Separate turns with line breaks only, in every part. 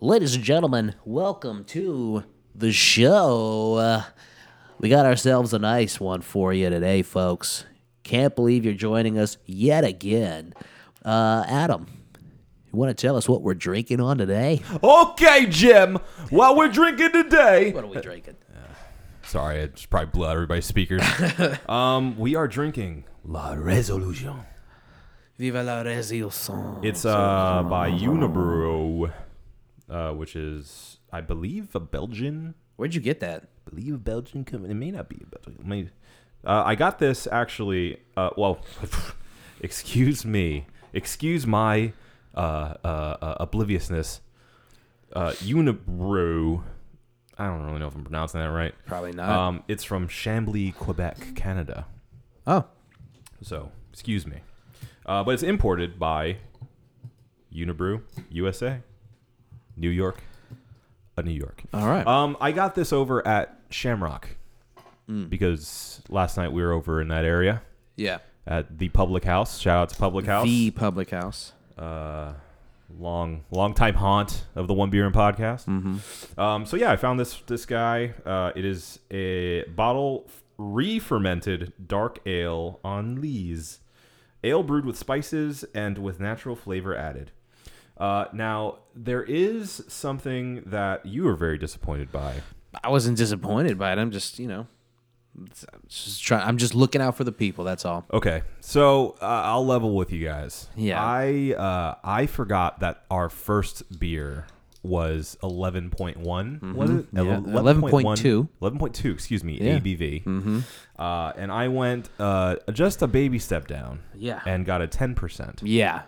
Ladies and gentlemen, welcome to the show. Uh, we got ourselves a nice one for you today, folks. Can't believe you're joining us yet again. Uh, Adam, you want to tell us what we're drinking on today?
Okay, Jim. What we're drinking today?
What are we drinking?
Sorry, I just probably blew out everybody's speakers. um, we are drinking La Resolution.
Viva la Resolution.
It's uh by Unibrew, uh, which is I believe a Belgian.
Where'd you get that?
I believe a Belgian company. It may not be a Belgian. It may- uh, I got this actually. Uh, well, excuse me. Excuse my uh, uh, uh, obliviousness. Uh, Unibrew. I don't really know if I'm pronouncing that right.
Probably not.
Um, it's from Chambly, Quebec, Canada.
oh,
So, excuse me. Uh, but it's imported by Unibrew, USA, New York, uh, New York.
all right.
Um, I got this over at Shamrock
Mm.
because last night we were over in that area
yeah.
at the Public House. Shout out to Public House,
The public house.
long long time haunt of the One Beer and Podcast. Um, so yeah, I found this this guy. Uh, it is a bottle re-fermented dark ale on lees, ale brewed with spices and with natural flavor added. Uh, now there is something that you were very disappointed by.
I wasn't disappointed by it. I'm just, you know, it's- I'm just trying. I'm just looking out for the people. That's all.
Okay, so uh, I'll level with you guys.
Yeah.
I uh, I forgot that our first beer was 11one Was it
Mm-hmm. Yeah.
11.2? 11.2, Excuse me,
Yeah.
ABV. Mm-hmm. Uh, and I went uh, just a baby step down.
Yeah.
And got a ten percent.
Yeah.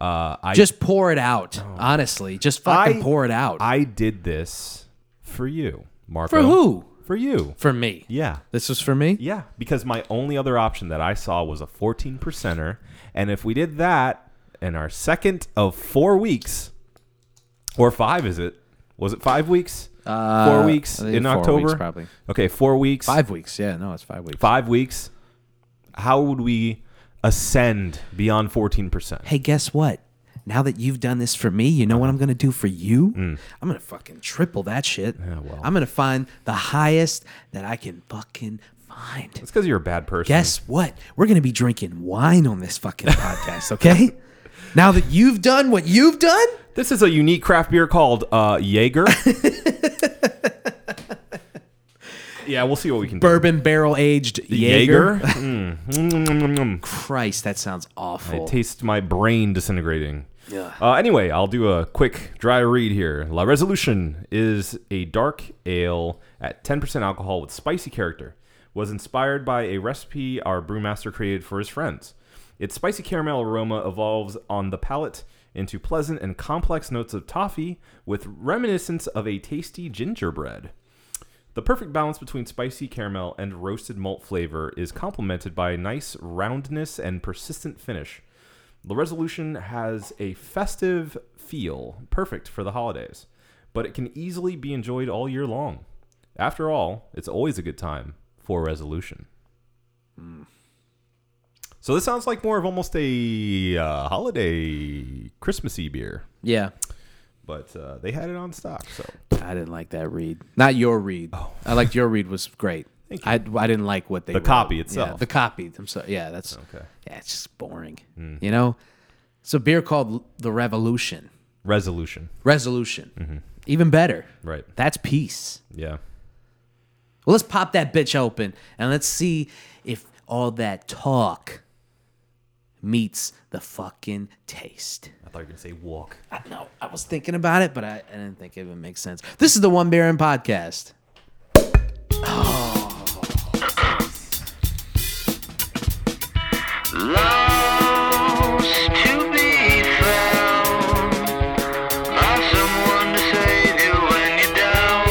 Uh, I
Just pour it out. Honestly, just fucking
I-
pour it out.
I did this for you, Marco.
for who?
For you.
For me.
Yeah.
This was for me.
Yeah, because my only other option that I saw was a 14 percenter. And if we did that in our second of four weeks, or five, is it? Was it five weeks?
Uh,
four weeks
I think
in
four weeks,
October?
probably.
Okay, four weeks.
Five weeks. Yeah. No, it's five weeks.
Five weeks. How would we ascend beyond 14%?
Hey, guess what? Now that you've done this for me, you know what I'm gonna do for you? I'm gonna fucking triple that shit.
Mm. Yeah, well.
I'm gonna find the highest that I can fucking find.
It's because you're a bad person.
Guess what? We're going to be drinking wine on this fucking podcast, okay? now that you've done what you've done,
This is a unique craft beer called uh, Jaeger. yeah, we'll see what we can do.
bourbon barrel aged Jaeger.
Jaeger. Mm. Mm.
Christ, that sounds
I
awful.
taste my brain disintegrating.
Yeah.
Uh, anyway, I'll do a quick dry read here. La Resolution is a dark ale at 10% alcohol with spicy character. Was inspired by a recipe our brewmaster created for his friends. Its spicy caramel aroma evolves on the palate into pleasant and complex notes of toffee with reminiscence of a tasty gingerbread. The perfect balance between spicy caramel and roasted malt flavor is complemented by a nice roundness and persistent finish. The resolution has a festive feel, perfect for the holidays, but it can easily be enjoyed all year long. After all, it's always a good time for resolution. So this sounds like more of almost a uh, holiday Christmassy beer,
yeah.
but uh, they had it on stock. So
I didn't like that read. Not your read. I liked your read was great.
Oh. Thank
I, I didn't like what they
The
wrote.
copy
Yeah,
itself.
the copy. I'm sorry. Yeah, that's
Okay. Hmm.
Yeah, it's just boring. You know, it's a beer called the Revolution.
resolution,
Resolution. Even better.
Mm-hmm. right?
That's peace.
Yeah.
Well, let's pop that bitch open and let's see if all that talk meets the fucking taste.
I thought you were gonna say walk.
I know. I was thinking about it, but I, I didn't think it would make sense. This is the One Baron podcast.
Lost to be found by someone to save you when you're down.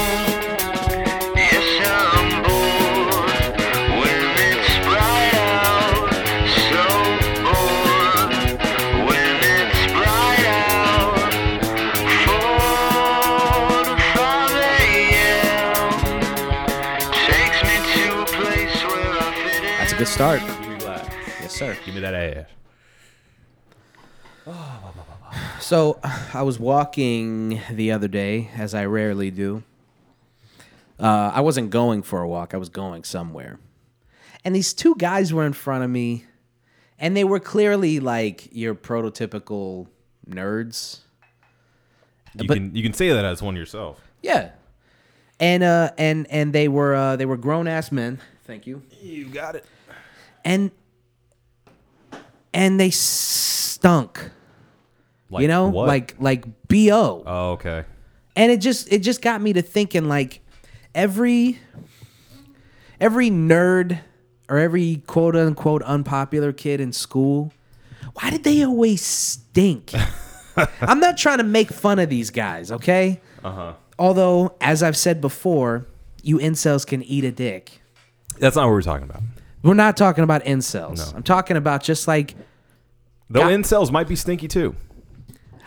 Yes, I'm bored when it's bright out. So bored when it's bright out. Four to five a.m. takes me to a place where I fit in.
That's a good start.
Relax.
Yes, sir.
Give me that ass.
So I was walking the other day, as I rarely do. Uh, I wasn't going for a walk, I was going somewhere. And these two guys were in front of me, and they were clearly like your prototypical nerds.
You
But-
can you can say that as one yourself.
Yeah. And uh and and they were uh they were grown ass men. Thank you.
You got it.
And and they stunk.
Like
you know?
what?
Like like BO.
oh, okay.
and it just it just got me to thinking like every every nerd or every quote unquote unpopular kid in school why did they always stink i'm not trying to make fun of these guys okay uh-huh although as i've said before you incels can eat a dick
That's not what we're talking about.
we're not talking about incels
No.
i'm talking about just like
Though
Got-
incels might be stinky too.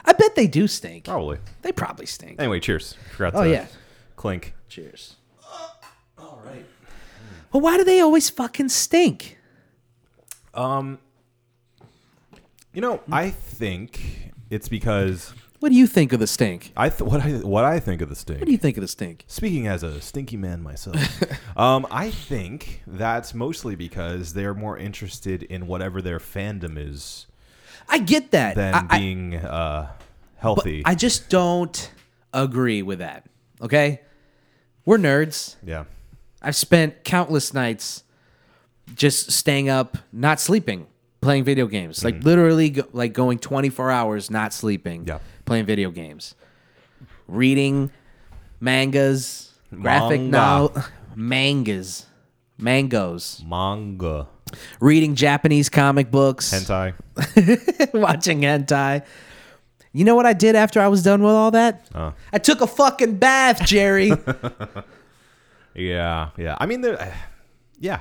i bet they do stink
Probably.
they probably stink
Anyway, cheers. Forgot
Oh,
to
yeah.
clink.
Cheers. All right. But why do they always fucking stink?
You know, I think it's because
What do you think of the stink?
I th- what I what I think of the stink.
What do you think of the stink?
Speaking as a stinky man myself, um, I think that's mostly because they're more interested in whatever their fandom is
I get that.
than
I, I-
being uh,
but
healthy.
I just don't agree with that. Okay? We're nerds.
yeah,
I've spent countless nights just staying up, not sleeping, playing video games. Like literally go, like going 24 hours not sleeping,
Mm-hmm. Yeah.
playing video games. Reading mangas, graphic
Manga.
novel mangas, mangoes,
manga,
reading Japanese comic books,
hentai.
watching hentai. You know what I did after I was done with all that? I took a fucking bath, Jerry.
Yeah, yeah. I mean, they're yeah,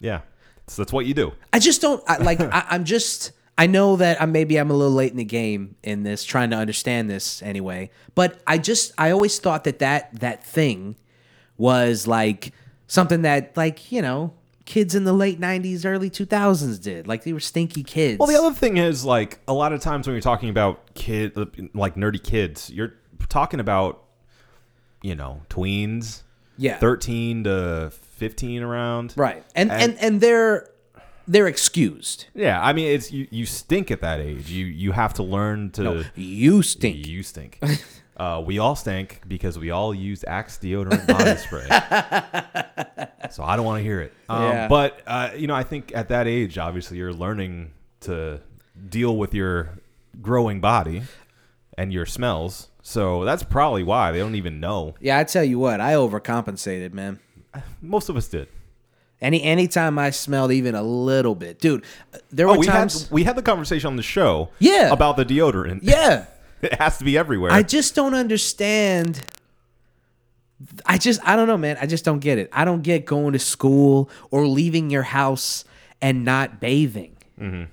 yeah. So that's what you do.
I just don't I, like. I, I'm just. I know that I maybe I'm a little late in the game in this, trying to understand this anyway. But I just I always thought that that that thing was like something that like you know kids in the late '90s, early 2000s did. Like they were stinky kids.
Well, the other thing is like a lot of times when you're talking about kid, like nerdy kids, you're talking about you know tweens,
yeah,
thirteen to fifteen around,
right, and and and, they're they're excused.
Yeah, I mean it's you, you stink at that age. You you have to learn to
You stink.
you stink. uh, we all stink because we all used Axe deodorant body spray. so I don't want to hear it. Um,
Yeah.
But uh, you know, I think at that age, obviously, you're learning to deal with your growing body and your smells. So that's probably why they don't even know.
Yeah, I tell you what, I overcompensated, man.
Most of us did.
Any anytime I smelled even a little bit, dude, there were
Oh, we
times.
had we had the conversation on the show.
Yeah.
About the deodorant.
yeah.
It has to be everywhere.
I just don't understand. I just, I don't know, man. I just don't get it. I don't get going to school or leaving your house and not bathing. You know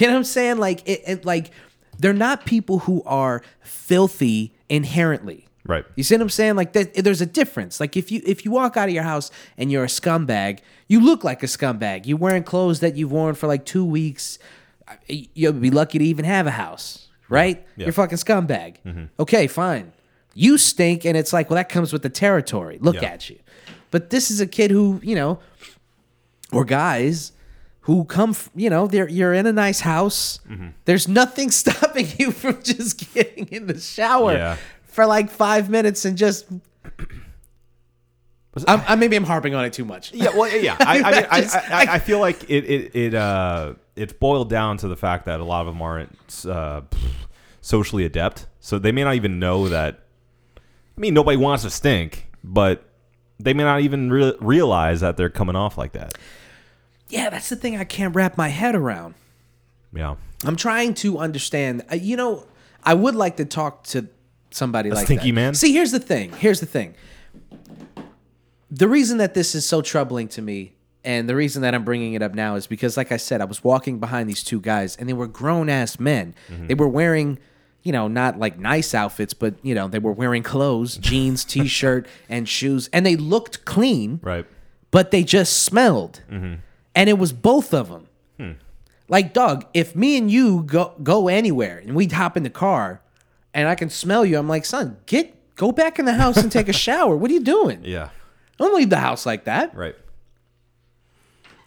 what I'm saying? Like, it, it, like they're not people who are filthy inherently.
right.
You see what I'm saying? Like, that, there's a difference. Like, if you if you walk out of your house and you're a scumbag, you look like a scumbag. You're wearing clothes that you've worn for like two weeks. I- You'll be lucky to even have a house, right? You're a fucking scumbag. Okay, fine. You stink, and it's like, well, that comes with the territory. Look
Yeah.
at you. But this is a kid who, you know, or guys who come, f- you know, they're you're in a nice house. There's nothing stopping you from just getting in the shower
Yeah.
for like five minutes and just. I'm, I, maybe I'm harping on it too much.
Yeah, well, yeah. I, I mean, I,
Just-
I, I, I feel like it, it, it, uh, it's boiled down to the fact that a lot of them aren't uh, socially adept, so they may not even know that. I mean, nobody wants to stink, but they may not even re- realize that they're coming off like that.
Yeah, that's the thing I can't wrap my head around.
Yeah,
I'm trying to understand. uh, You know, I would like to talk to somebody like
stinky
that.
man?
See, here's the thing. Here's the thing. The reason that this is so troubling to me, and the reason that I'm bringing it up now, is because, like I said, I was walking behind these two guys, and they were grown ass men.
Mm-hmm.
They were wearing, you know, not like nice outfits, but you know, they were wearing clothes, jeans, t-shirt, and shoes, and they looked clean
right. Mm-hmm. Hmm.
but they just smelled. And it was both of them. Like, dog, if me and you go go anywhere and we hop in the car and I can smell you, I'm like, son, get go back in the house and take a shower. What are you doing?
Yeah.
Don't leave the house like that.
Right.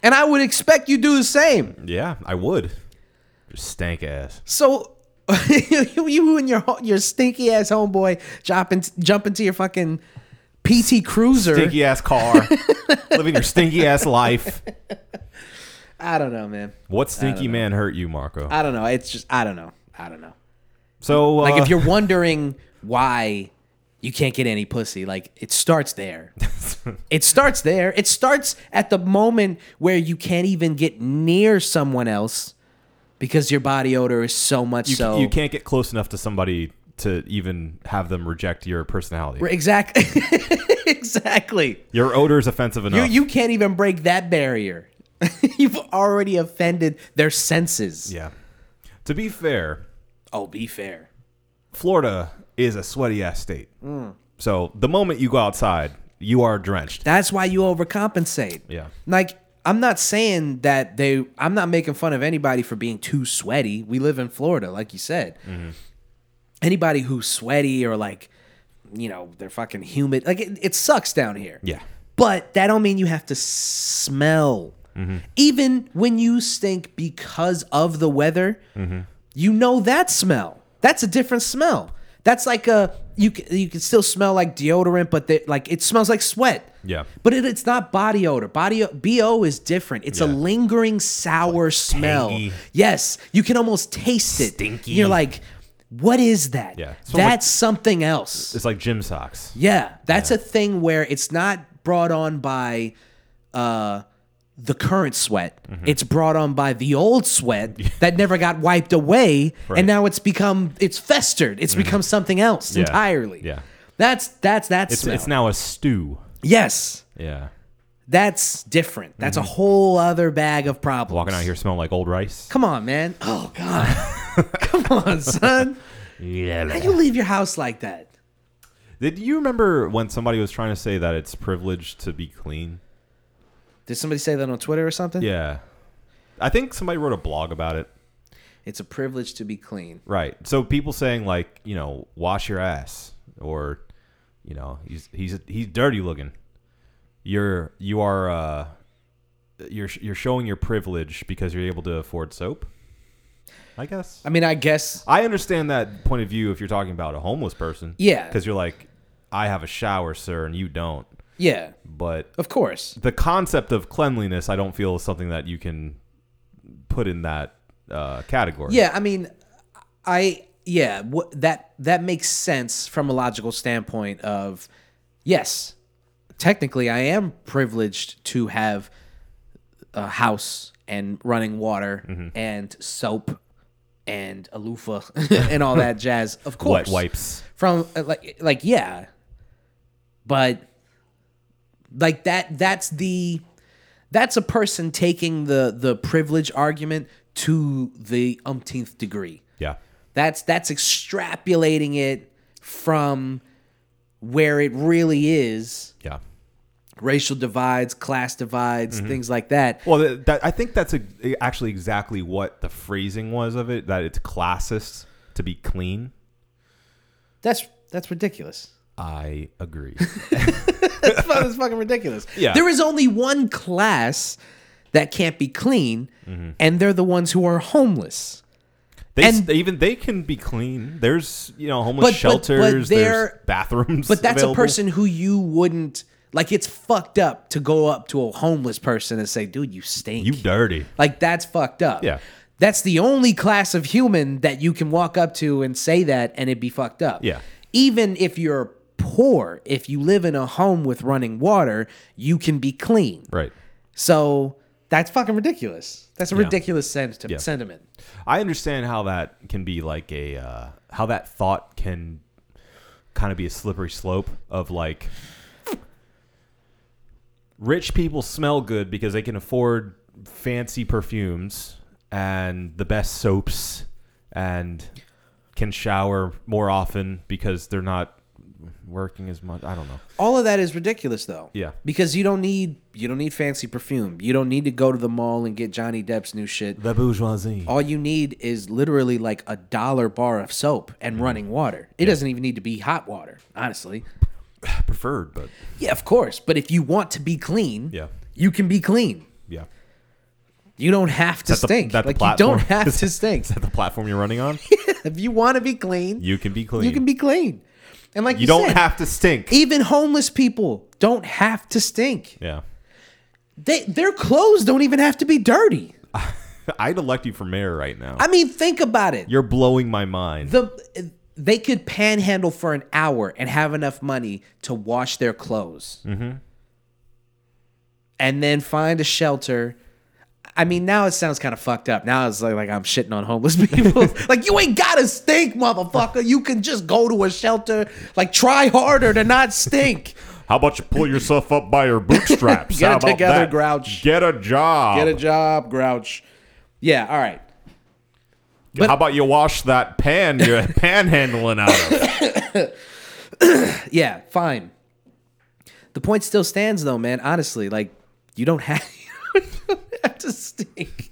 And I would expect you do the same.
Yeah, I would. Your stank ass.
So you and your ho- your stinky ass homeboy jumping jump into your fucking PT Cruiser.
Stinky ass car. living your stinky ass life.
I don't know, man.
What stinky man hurt you, Marco?
I don't know. It's just I don't know. I don't know.
so uh,
Like if you're wondering why you can't get any pussy, like it starts there. it starts there. It starts at the moment where you can't even get near someone else because your body odor is so much
you,
so
you can't get close enough to somebody to even have them reject your personality.
exactly exactly.
Your odor is offensive enough.
You you can't even break that barrier. You've already offended their senses.
yeah. To be fair,
Oh, be fair.
Florida is a sweaty ass state.
Mm.
So the moment you go outside, you are drenched.
That's why you overcompensate.
Yeah.
Like I'm not saying that they I'm not making fun of anybody for being too sweaty. We live in Florida, like you said.
Mm-hmm.
Anybody who's sweaty or like you know, they're fucking humid. Like it, it sucks down here.
Yeah.
But that don't mean you have to smell.
Mm-hmm.
Even when you stink because of the weather,
Mm-hmm.
you know that smell. That's a different smell. That's like a you c- you can still smell like deodorant, but they, like it smells like sweat.
Yeah.
But it, it's not body odor. Body o- bo is different. It's a
Yeah.
lingering sour smell.
tangy.
Yes, you can almost taste it.
Stinky.
You're like, what is that?
Yeah. It's almost-
That's something else.
It's like gym socks.
Yeah, that's a thing where it's not brought on by uh, the current sweat.
Mm-hmm.
It's brought on by the old sweat that never got wiped away,
Right. Mm-hmm.
and now it's become it's festered. It's become something else
Yeah.
entirely.
Yeah.
That's that's that's
It's, it's now a stew.
yes.
Yeah.
That's different. That's a whole other bag of problems.
Mm-hmm. Walking out here smelling like old rice.
Come on, man. Oh God. Come on, son. How you leave your house like that?
Did you remember when somebody was trying to say that it's privileged to be clean?
Did somebody say that on Twitter or something?
Yeah. I think somebody wrote a blog about it.
It's a privilege to be clean.
Right. So people saying like, you know, wash your ass or you know, he's he's he's dirty looking. You're you are uh you're you're showing your privilege because you're able to afford soap. I guess.
I mean, I guess
I understand that point of view if you're talking about a homeless person.
Yeah.
Cuz you're like, I have a shower, sir, and you don't.
yeah,
But
of course.
the concept of cleanliness, I don't feel is something that you can put in that uh, category.
Yeah, I mean, I yeah, wh- that that makes sense from a logical standpoint of yes, technically I am privileged to have a house and running water and soap and a loofah and all that jazz. Of course.
Wet wipes.
From uh, like like yeah. But like that that's the that's a person taking the the privilege argument to the umpteenth degree.
Yeah.
That's that's extrapolating it from where it really is
Yeah.
racial divides, class divides, things like that.
Well, that, that, I think that's a, actually exactly what the phrasing was of it. That it's classist to be clean.
That's that's ridiculous.
I agree.
That's fu- that's fucking ridiculous.
Yeah.
There is only one class that can't be clean,
Mm-hmm.
and they're the ones who are homeless.
They, s
And-
even they can be clean. There's you know homeless
But- but- but
shelters. there's
they're-
bathrooms.
But that's
available.
a person who you wouldn't like. It's fucked up to go up to a homeless person and say, "Dude, you stink."
You dirty.
Like that's fucked up.
Yeah.
That's the only class of human that you can walk up to and say that and it'd be fucked up.
Yeah.
Even if you're poor, if you live in a home with running water, you can be clean.
Right.
So that's fucking ridiculous. That's a
Yeah.
ridiculous sent- sentiment.
I understand how that can be like a uh, how that thought can kind of be a slippery slope of like rich people smell good because they can afford fancy perfumes and the best soaps and can shower more often because they're not working as much. I don't know.
All of that is ridiculous though.
Yeah.
Because you don't need you don't need fancy perfume. You don't need to go to the mall and get Johnny Depp's new shit.
The bourgeoisie.
All you need is literally like a dollar bar of soap and
Mm-hmm.
running water. It doesn't even need to be hot water, honestly.
Preferred, but
Yeah, of course. But if you want to be clean,
Yeah.
you can be clean.
yeah.
You don't have to
Is that the-
stink.
that the
like you
platform?
don't have to stink.
Is that the platform you're running on?
if you want to be clean,
You can E be clean.
you can be clean. And like you,
You don't
said,
have to stink.
even homeless people don't have to stink.
Yeah.
They their clothes don't even have to be dirty.
I'd elect you for mayor right now.
I mean, think about it.
You're blowing my mind.
the they could panhandle for an hour and have enough money to wash their clothes and then find a shelter i mean now it sounds kind of fucked up now it's like, like i'm shitting on homeless people like you ain't gotta stink motherfucker you can just go to a shelter like try harder to not stink
How about you pull yourself up by your bootstraps?
Get it
How about
together,
that?
Grouch.
Get a job.
get a job grouch Oh. yeah all right
How about you wash that pan you're panhandling out of?
yeah fine the point still stands though man honestly like you don't have, you don't have to stink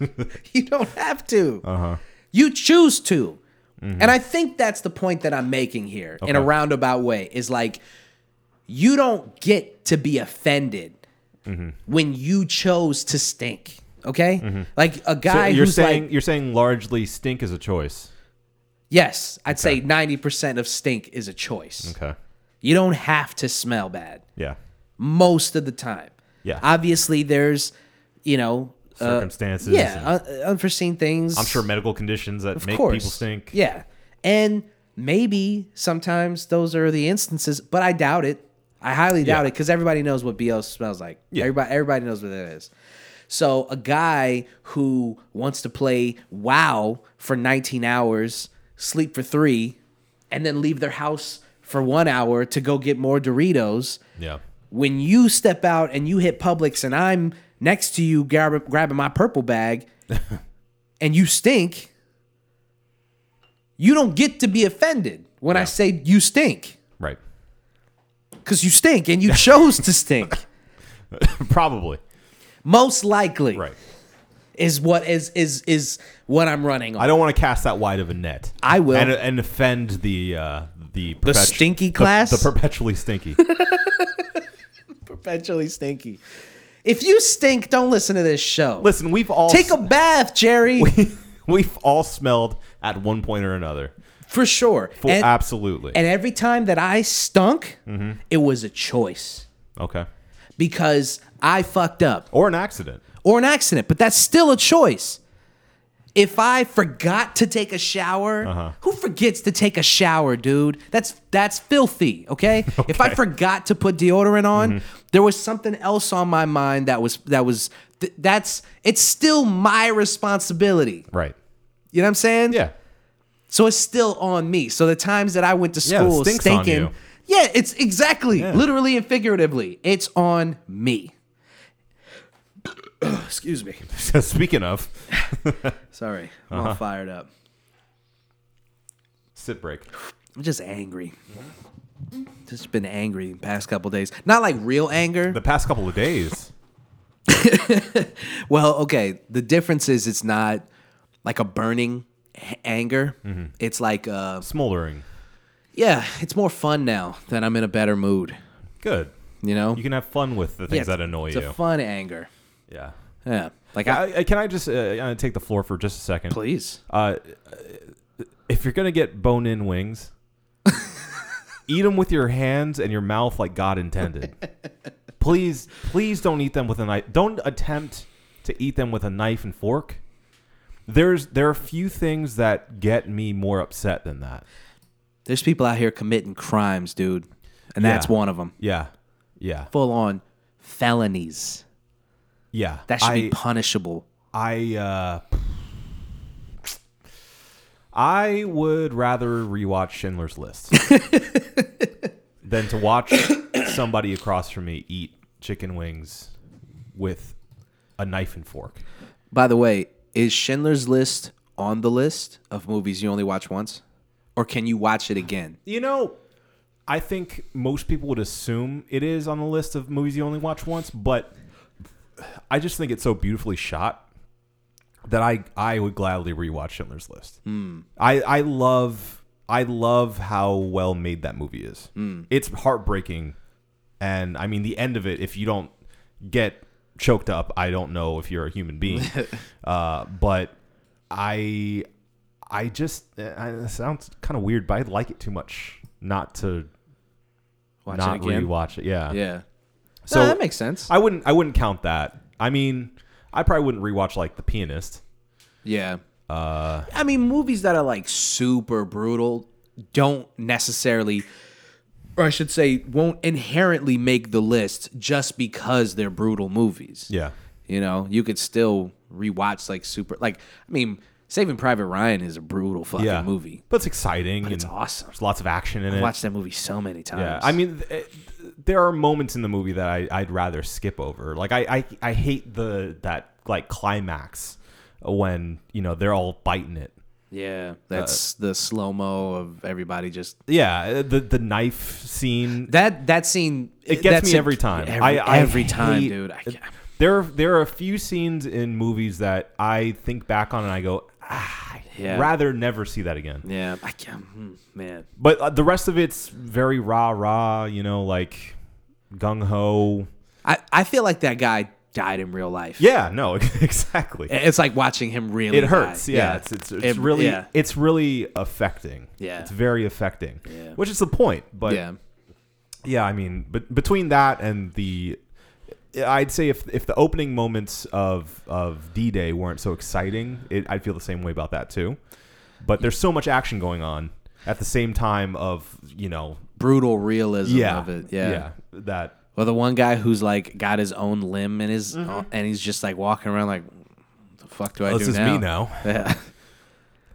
you don't have to uh-huh. you choose to
Mm-hmm.
and i think that's the point that i'm making here in a roundabout way is like you don't get to be offended
Mm-hmm.
when you chose to stink okay like a
So
guy
you're
who's
saying
like
you're saying largely stink is a choice.
yes i'd say 90% of stink is a choice
Okay.
you don't have to smell bad
Yeah.
most of the time.
Yeah.
Obviously, there's, you know, uh,
Circumstances. and
yeah, un- unforeseen things.
I'm sure medical conditions that make people stink.
Yeah, and maybe sometimes those are the instances, but I doubt it. I highly doubt
Yeah.
it because everybody knows what BL smells like. Everybody, everybody knows what that is. So a guy who wants to play WoW for 19 hours, sleep for three, and then leave their house for one hour to go get more Doritos
Yeah.
when you step out and you hit Publix and I'm next to you grab, grabbing my purple bag and you stink, you don't get to be offended when I say you stink
Right.
because you stink and you chose to stink.
Probably.
Most likely
Right.
is what is is is what I'm running on.
I don't want to cast that wide of a net.
I will.
and, and offend the uh, the perpetu-
stinky
the-
class?
the, perpetually stinky.
Perpetually stinky. If you stink, don't listen to this show.
Listen, we've all
Take a bath, Jerry,
we've all smelled at one point or another.
for sure.
Full,
And-
absolutely.
And every time that I stunk,
Mm-hmm.
it was a choice
okay.
because I fucked up
Or an accident.
or an accident, but that's still a choice. If I forgot to take a shower, who forgets to take a shower, dude? That's that's filthy, okay? If I
Okay.
forgot to put deodorant on, there was something else on my mind that was that was th- that's it's still my responsibility.
Right.
You know what I'm saying?
Yeah.
So it's still on me. So the times that I went to
Yeah, it
school
stinks on
stinking,
you.
yeah, it's exactly,
Yeah.
literally and figuratively, it's on me. Excuse me.
Speaking of,
Sorry, I'm all fired up.
sit break.
I'm just angry. Just been angry the past couple days. Not like real anger.
The past couple of days.
Well, okay. The difference is it's not like a burning h- anger. It's like, uh,
Smoldering.
yeah, it's more fun now that I'm in a better mood.
Good.
You know,
You can have fun with the
Yeah,
things that annoy
it's
you.
It's a fun anger.
yeah.
Yeah, like I,
I, I- can I just uh, uh, take the floor for just a second?
Please.
Uh, if you're gonna get bone-in wings, eat them with your hands and your mouth like God intended. please, please don't eat them with a knife. Don't attempt to eat them with a knife and fork. There's there are few things that get me more upset than that.
There's people out here committing crimes, dude. And that's
Yeah.
one of them.
Yeah, yeah,
Full on felonies.
yeah.
That should
I,
be punishable.
I uh, I would rather rewatch Schindler's List than to watch somebody across from me eat chicken wings with a knife and fork.
By the way, is Schindler's List on the list of movies you only watch once? Or can you watch it again?
You know, I think most people would assume it is on the list of movies you only watch once, but I just think it's so beautifully shot that I I would gladly rewatch Schindler's List. I I love I love how well made that movie is. It's heartbreaking, and I mean the end of it. If you don't get choked up, I don't know if you're a human being. uh, but I I just uh, I, it sounds kind of weird, but I like it too much not to
Watch
not
it again.
rewatch it. Yeah,
Yeah.
So
no, that makes sense.
I wouldn't I wouldn't count that. I mean, I probably wouldn't rewatch like The Pianist.
yeah.
Uh,
I mean, movies that are like super brutal don't necessarily, or I should say, won't inherently make the list just because they're brutal movies.
Yeah.
You know, you could still rewatch like super, like, I mean, Saving Private Ryan is a brutal fucking
Yeah.
movie.
But it's exciting.
it's
and
awesome.
There's lots of action in
I
it.
watched that movie so many times.
yeah. I mean, th- it- there are moments in the movie that I, I'd rather skip over. Like I, I, I hate the that like climax when you know they're all biting it. uh,
yeah, that's the slow mo of everybody just
Yeah, the the knife scene
that that scene.
it gets
that's
me every time.
Every,
I, I
every time,
hate-
dude. I, can't-
There, are, there are a few scenes in movies that I think back on and I go, ah, I'd
Yeah.
rather never see that again.
yeah, I can't. mm, Man,
But uh, the rest of it's very rah rah, you know, like gung ho.
I, I feel like that guy died in real life.
Yeah, no, exactly.
It's like watching him really.
It hurts.
die.
Yeah, it's it's, it's
It-
really
Yeah.
it's really affecting.
Yeah.
it's very affecting.
Yeah.
which is the point. But
yeah.
Yeah, I mean, but between that and the, I'd say if if the opening moments of of D Day weren't so exciting, it, I'd feel the same way about that too. But there's so much action going on at the same time of you know
Brutal realism
yeah
of it. Yeah.
that
Well, the one guy who's like got his own limb in his, uh, and he's just like walking around like, "What the fuck do I
oh,
do
this is
now?
me now.
Yeah.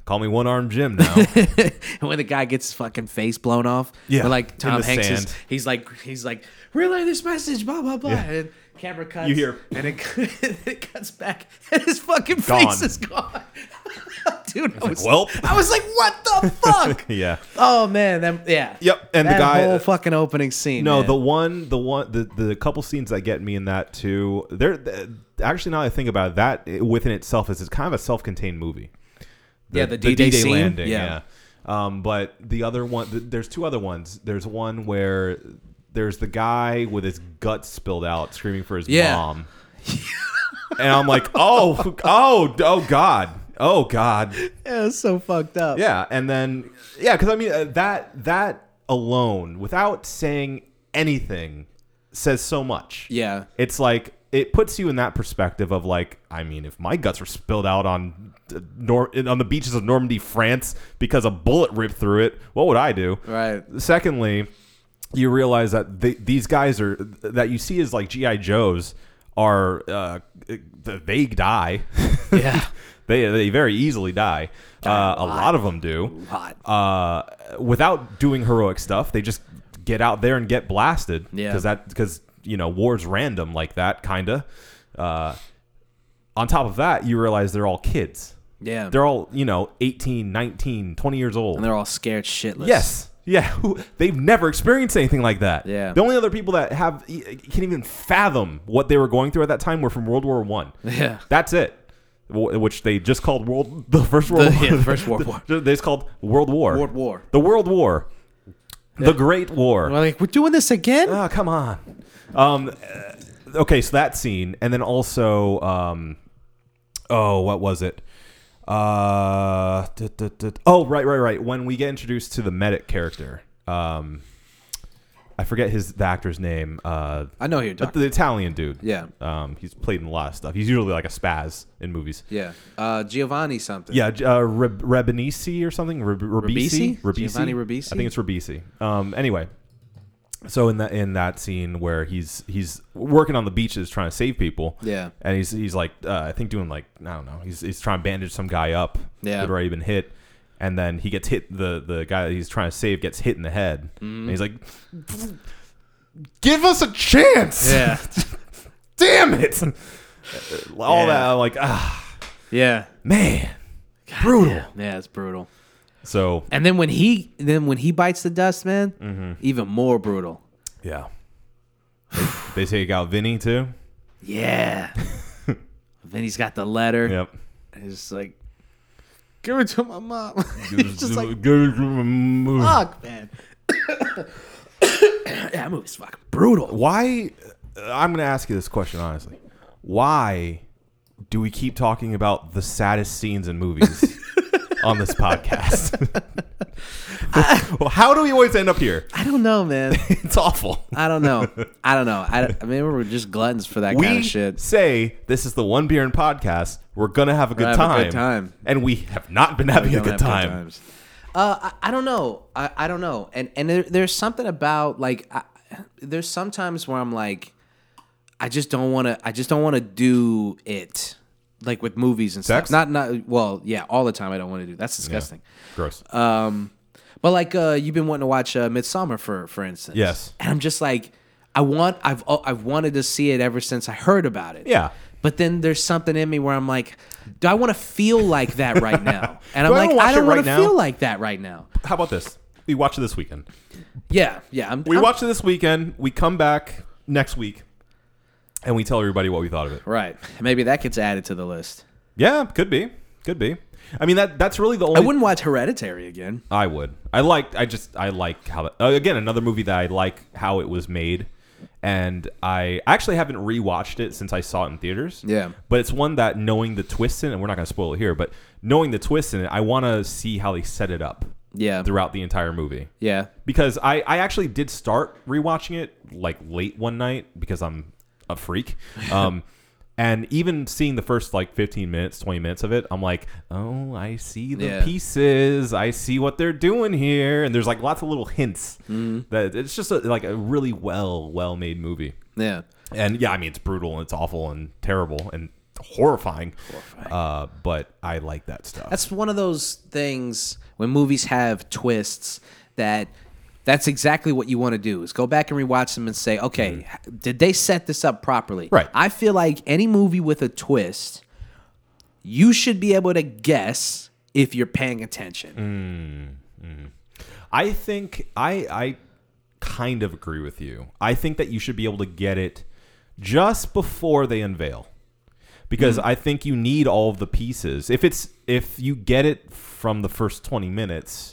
Call me one armed Jim now.
And when the guy gets his fucking face blown off,
Yeah,
when, like
in
Tom
the
Hanks is,
sand.
he's like, he's like, relay this message, blah blah blah,
Yeah.
and camera cuts.
You hear-
and it, it cuts back, and his fucking
Gone.
face is gone. Dude, I was,
"Welp."
I was like, what the fuck?
yeah.
Oh man, that, yeah.
Yep, and the
That
guy- uh,
whole fucking opening scene.
No,
man.
the one, the one, the, the couple scenes that get me in that too. They're th- actually now that I think about it, that i- within itself is it's kind of a self-contained movie.
Yeah, the D-Day scene?
landing.
Yeah.
Yeah. Um, but the other one, th- there's two other ones. There's one where there's the guy with his guts spilled out screaming for his
Yeah.
mom, and I'm like, oh, oh, oh, god, oh, god.
yeah, it's so fucked up.
Yeah, and then yeah, because I mean uh, that that alone, without saying anything, says so much.
Yeah.
it's like it puts you in that perspective of like, I mean, if my guts were spilled out on uh, Nor- on the beaches of Normandy, France, because a bullet ripped through it, what would I do?
Right.
Secondly, you realize that they, these guys are that you see as like GI Joes are uh, they die.
Yeah.
They, they very easily die. Uh, a lot of them do.
Hot.
Uh, without doing heroic stuff, they just get out there and get blasted.
Yeah.
Because that because you know war's random like that kinda. Uh, on top of that, you realize they're all kids.
Yeah.
They're all you know 18, 19, 20 years old.
and they're all scared shitless.
Yes. Yeah. Who, they've never experienced anything like that.
Yeah.
The only other people that have e- can even fathom what they were going through at that time were from World War One.
Yeah.
That's it. Wh- Which they just called world the first world
yeah,
war.
First World War.
They just called World War.
World War.
The World War. The Great War.
We're like, we're doing this again?
Oh, come on. Um, uh, okay, so that scene, and then also, um, oh, what was it? Uh, duh, duh, duh. oh, right, right, right. When we get introduced to the medic character, um, I forget his the actor's name. Uh,
I know who you're
but
talking.
the Italian dude.
Yeah.
Um, he's played in a lot of stuff. He's usually like a spaz in movies.
yeah. Uh, Giovanni something.
Yeah, J- uh, Reb- Rebinisi or something. Reb- Rebisi?
Rebisi? Giovanni Rebisi?
I think it's Rebisi. Um, anyway, so in that in that scene where he's he's working on the beaches trying to save people.
Yeah.
and he's he's like uh, I think doing like I don't know. He's he's trying to bandage some guy up.
Yeah.
that had already been hit. And then he gets hit. The, the guy that he's trying to save gets hit in the head. And he's like, "Give us a chance!
Yeah.
Damn it!
Yeah.
All that I'm like, ah,
yeah.
man, brutal.
Yeah, it's brutal.
So
And then when he then when he bites the dust, man, even more brutal.
yeah, they, they take out Vinny too.
Yeah. Vinny's got the letter.
Yep.
And it's like, give it to my mom. it's just like, Ah.
Why?
fuck, man. yeah, that movie's fucking brutal.
uh, I'm gonna ask you this question honestly. Why do we keep talking about the saddest scenes in movies on this podcast? Well, How do we always end up here?
I don't know, man.
It's awful.
I don't know. I don't know. I, I mean, we're just gluttons for that
we
kind of shit.
say this is the one beer and podcast. We're gonna have a good,
We're
time,
gonna have a good time.
and we have not been having a
Don't
good
have good
time.
times. Uh, I, I don't know. I, I don't know. And and there, there's something about like I, there's sometimes where I'm like, I just don't want to. I just don't want to do it. Like with movies and
Sex?
stuff. Not not well. Yeah, all the time. I don't want to do. That's disgusting.
Gross.
Um, but like uh, you've been wanting to watch uh, Midsummer for for instance.
Yes.
And I'm just like, I want. I've oh, I've wanted to see it ever since I heard about it.
Yeah.
But then there's something in me where I'm like, do I want to feel like that right now? And I'm
Do I
like,
wanna watch
I don't
it
want
right
to
now?
feel like that right now.
How about this? We watch it this weekend.
Yeah, yeah. I'm,
We
I'm-
watch it this weekend. We come back next week, and we tell everybody what we thought of it.
Right. Maybe that gets added to the list.
Yeah, could be, could be. I mean, that that's really the only.
I wouldn't watch Hereditary again.
I would. I liked. I just. I like how. That, uh, again, another movie that I like how it was made, and I actually haven't rewatched it since I saw it in theaters.
Yeah.
But it's one that knowing the twist in it, and we're not going to spoil it here, but knowing the twist in it, I want to see how they set it up
Yeah.
throughout the entire movie.
Yeah.
because I, I actually did start rewatching it like late one night because I'm a freak. Um, and even seeing the first like 15 minutes, 20 minutes of it, I'm like, oh, I see the
Yeah.
pieces. I see what they're doing here. And there's like lots of little hints that it's just a, like a really well, well made movie.
Yeah.
And yeah, I mean, it's brutal and it's awful and terrible and horrifying. Uh, but I like that stuff.
That's one of those things when movies have twists that that's exactly what you want to do is go back and rewatch them and say, okay, h- did they set this up properly?
Mm-hmm. Right.
I feel like any movie with a twist, you should be able to guess if you're paying attention.
I think I I kind of agree with you. I think that you should be able to get it just before they unveil. Because
Mm-hmm.
I think you need all of the pieces. If it's if you get it from the first 20 minutes,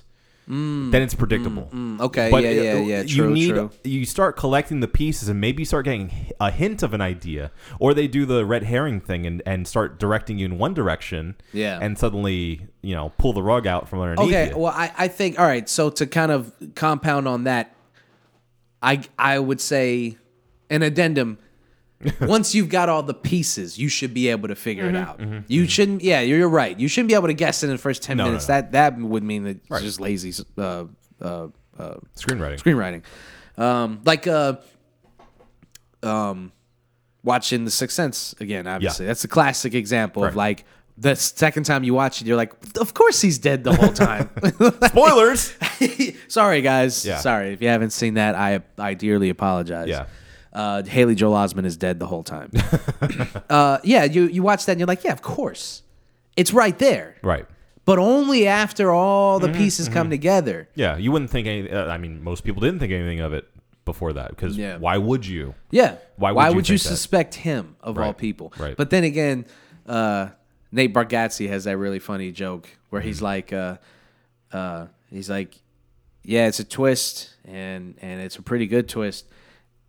then it's predictable.
Mm. okay, yeah,
Mm. it- uh,
yeah, yeah,
You
true,
need
true.
you start collecting the pieces and maybe you start getting h- a hint of an idea or they do the red herring thing and, and start directing you in one direction
Yeah.
and suddenly, you know, pull the rug out from underneath
Okay,
you.
well, I, I think all right. So to kind of compound on that, I I would say an addendum. Once you've got all the pieces, you should be able to figure it out. you shouldn't. Yeah, you're, you're right. You shouldn't be able to guess it in the first ten
Mm-hmm. no,
minutes.
no.
That that would mean that it's just lazy uh, uh, uh,
Screenwriting.
screenwriting. Um, like uh, um, watching The Sixth Sense again. Obviously, that's a classic example
Right.
of like the second time you watch it, you're like, of course he's dead the whole time.
Spoilers.
Sorry, guys.
Yeah.
Sorry if you haven't seen that. I I dearly apologize.
Yeah.
Uh, Haley Joel Osment is dead the whole time. uh, yeah, you you watch that and you're like, yeah, of course, it's right there.
right.
But only after all
Mm-hmm,
the pieces come together.
Yeah, you wouldn't think any. Uh, I mean, most people didn't think anything of it before that because
Yeah.
why would you?
Yeah.
Why would you think that?
suspect him of all
Right.
people?
Right.
But then again, uh, Nate Bargatze has that really funny joke where he's
Mm-hmm.
like, uh, uh, he's like, yeah, it's a twist, and and it's a pretty good twist,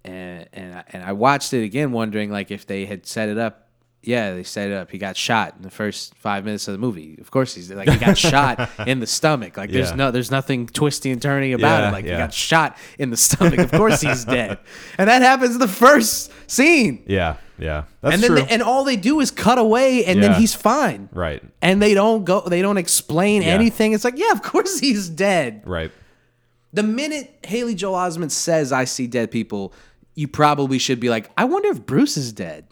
and and I, and I watched it again, wondering like if they had set it up. Yeah, they set it up. He got shot in the first five minutes of the movie. Of course, he's like he got shot in the stomach. Like there's
Yeah.
no, there's nothing twisty and turny about
Yeah,
it. Like
yeah.
he got shot in the stomach. Of course he's dead. And that happens in the first scene.
Yeah, yeah, that's
and then
true.
and all they do is cut away and
Yeah.
then he's fine.
right,
And they don't go they don't explain
Yeah.
anything. It's like, yeah, of course he's dead.
right.
The minute Haley Joel Osment says I see dead people, you probably should be like, I wonder if Bruce is dead.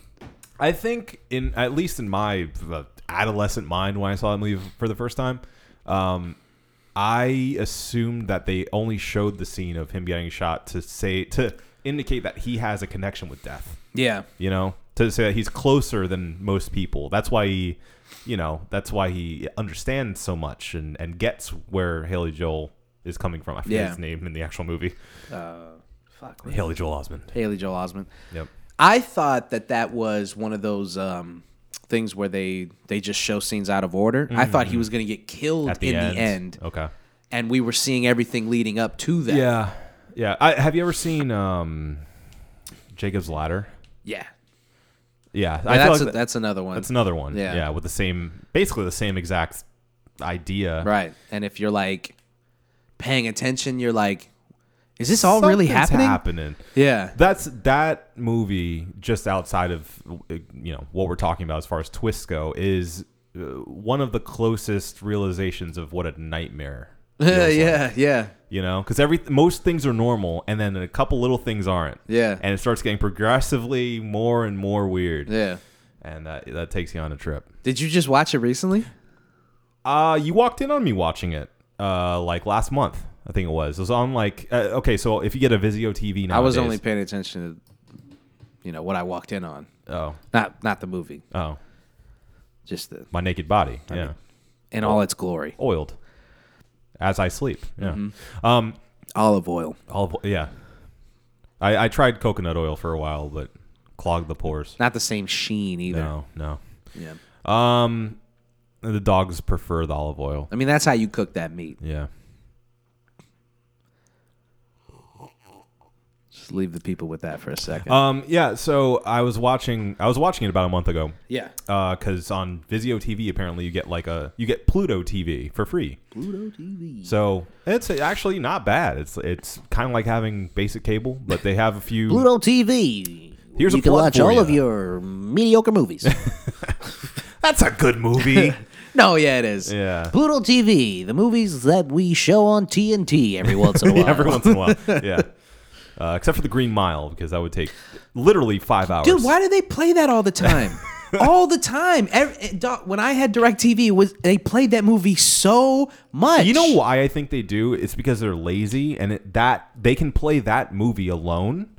I think in at least in my uh, adolescent mind when I saw that movie for the first time, um, I assumed that they only showed the scene of him getting shot to say to indicate that he has a connection with death.
Yeah.
You know, to say that he's closer than most people. That's why he you know, that's why he understands so much and, and gets where Haley Joel is coming from. I forget
Yeah. Uh,
his name in the actual movie.
Fuck.
Haley Joel Osmond.
Haley Joel Osment.
Yep.
I thought that that was one of those um, things where they they just show scenes out of order. I thought he was going to get killed
Mm-hmm. At the,
in
end.
the end,
Okay.
and we were seeing everything leading up to that.
Yeah. Yeah. I, have you ever seen um, Jacob's Ladder?
yeah.
Yeah. I
And
feel
that's
like
a, that's another one,
That's another one.
Yeah.
Yeah. with the same, basically the same exact idea.
right? And if you're like paying attention, you're like, is this all really
Something's
happening?
Happening.
Yeah,
That's that movie. Just outside of uh, you know what we're talking about as far as twists go, is uh, one of the closest realizations of what a nightmare. feels like,
yeah, yeah.
you know, because every most things are normal, and then a couple little things aren't.
Yeah.
and it starts getting progressively more and more weird.
Yeah.
and that that takes you on a trip.
Did you just watch it recently?
Uh, you walked in on me watching it, uh, like last month. I think it was. It was on like uh, okay, so if you get a Vizio TV now,
I was only paying attention to, you know, what I walked in on.
oh
Not not the movie,
oh
just the
my naked body, yeah,
in all its glory.
oiled as I sleep, yeah, um,
Olive oil.
olive, yeah. I I tried coconut oil for a while, but clogged the pores.
Not the same sheen either.
No, no.
Yeah.
Um, the dogs prefer the olive oil.
I mean, that's how you cook that meat.
Yeah,
Just leave the people with that for a second.
um, yeah. So I was watching. I was watching it about a month ago.
yeah.
because on Vizio TV apparently you get like a you get Pluto TV for free. Pluto TV. So it's actually not bad. It's it's kind of like having basic cable, but they have a few.
Pluto TV.
Here's
you
a
can
plug
watch
for
all
ya.
of your mediocre movies.
That's a good movie.
No, yeah, it is.
yeah.
Pluto TV, the movies that we show on TNT every once in a while.
Every once in a while. Yeah. Uh, except for the Green Mile because that would take literally five hours.
Dude, why do they play that all the time? all the time. Every, dog, when I had DirecTV, it was they played that movie so much.
You know why I think they do? It's because they're lazy and it, that they can play that movie alone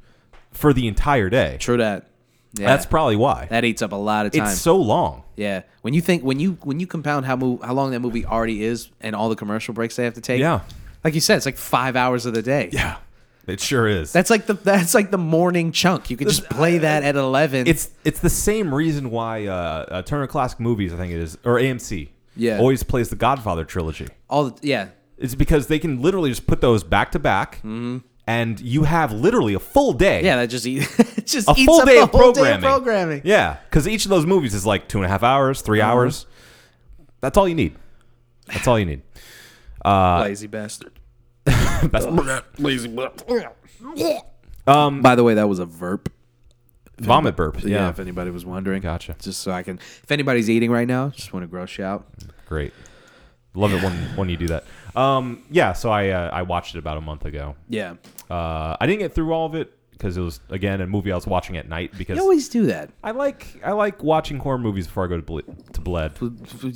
for the entire day.
True that. Yeah.
That's probably why.
that eats up a lot of time.
it's so long.
yeah. When you think when you when you compound how mo- how long that movie already is and all the commercial breaks they have to take.
Yeah.
Like you said, it's like five hours of the day.
Yeah. It sure is.
That's like the that's like the morning chunk. You could just play that at eleven.
it's it's the same reason why uh, uh, Turner Classic Movies, I think it is, or AMC,
Yeah.
always plays the Godfather trilogy.
all the, yeah.
It's because they can literally just put those back to back,
Mm-hmm.
and you have literally a full day.
Yeah, that just eat, it just
a
eats
full
up
day
the
of
whole
programming.
day
Uh-huh.
of programming.
Yeah, because each of those movies is like two and a half hours, 3 hours. That's all you need. That's all you need.
Lazy bastard.
Best-
By the way, that was a verp.
vomit burp.
Yeah,
Yeah,
if anybody was wondering.
Gotcha.
Just so I can if anybody's eating right now, just want to gross you out.
great. Love it when when you do that. Um, yeah. So I uh, I watched it about a month ago.
Yeah.
Uh, I didn't get through all of it because it was again a movie I was watching at night because
You always do that.
I like I like watching horror movies before I go to ble- to bed.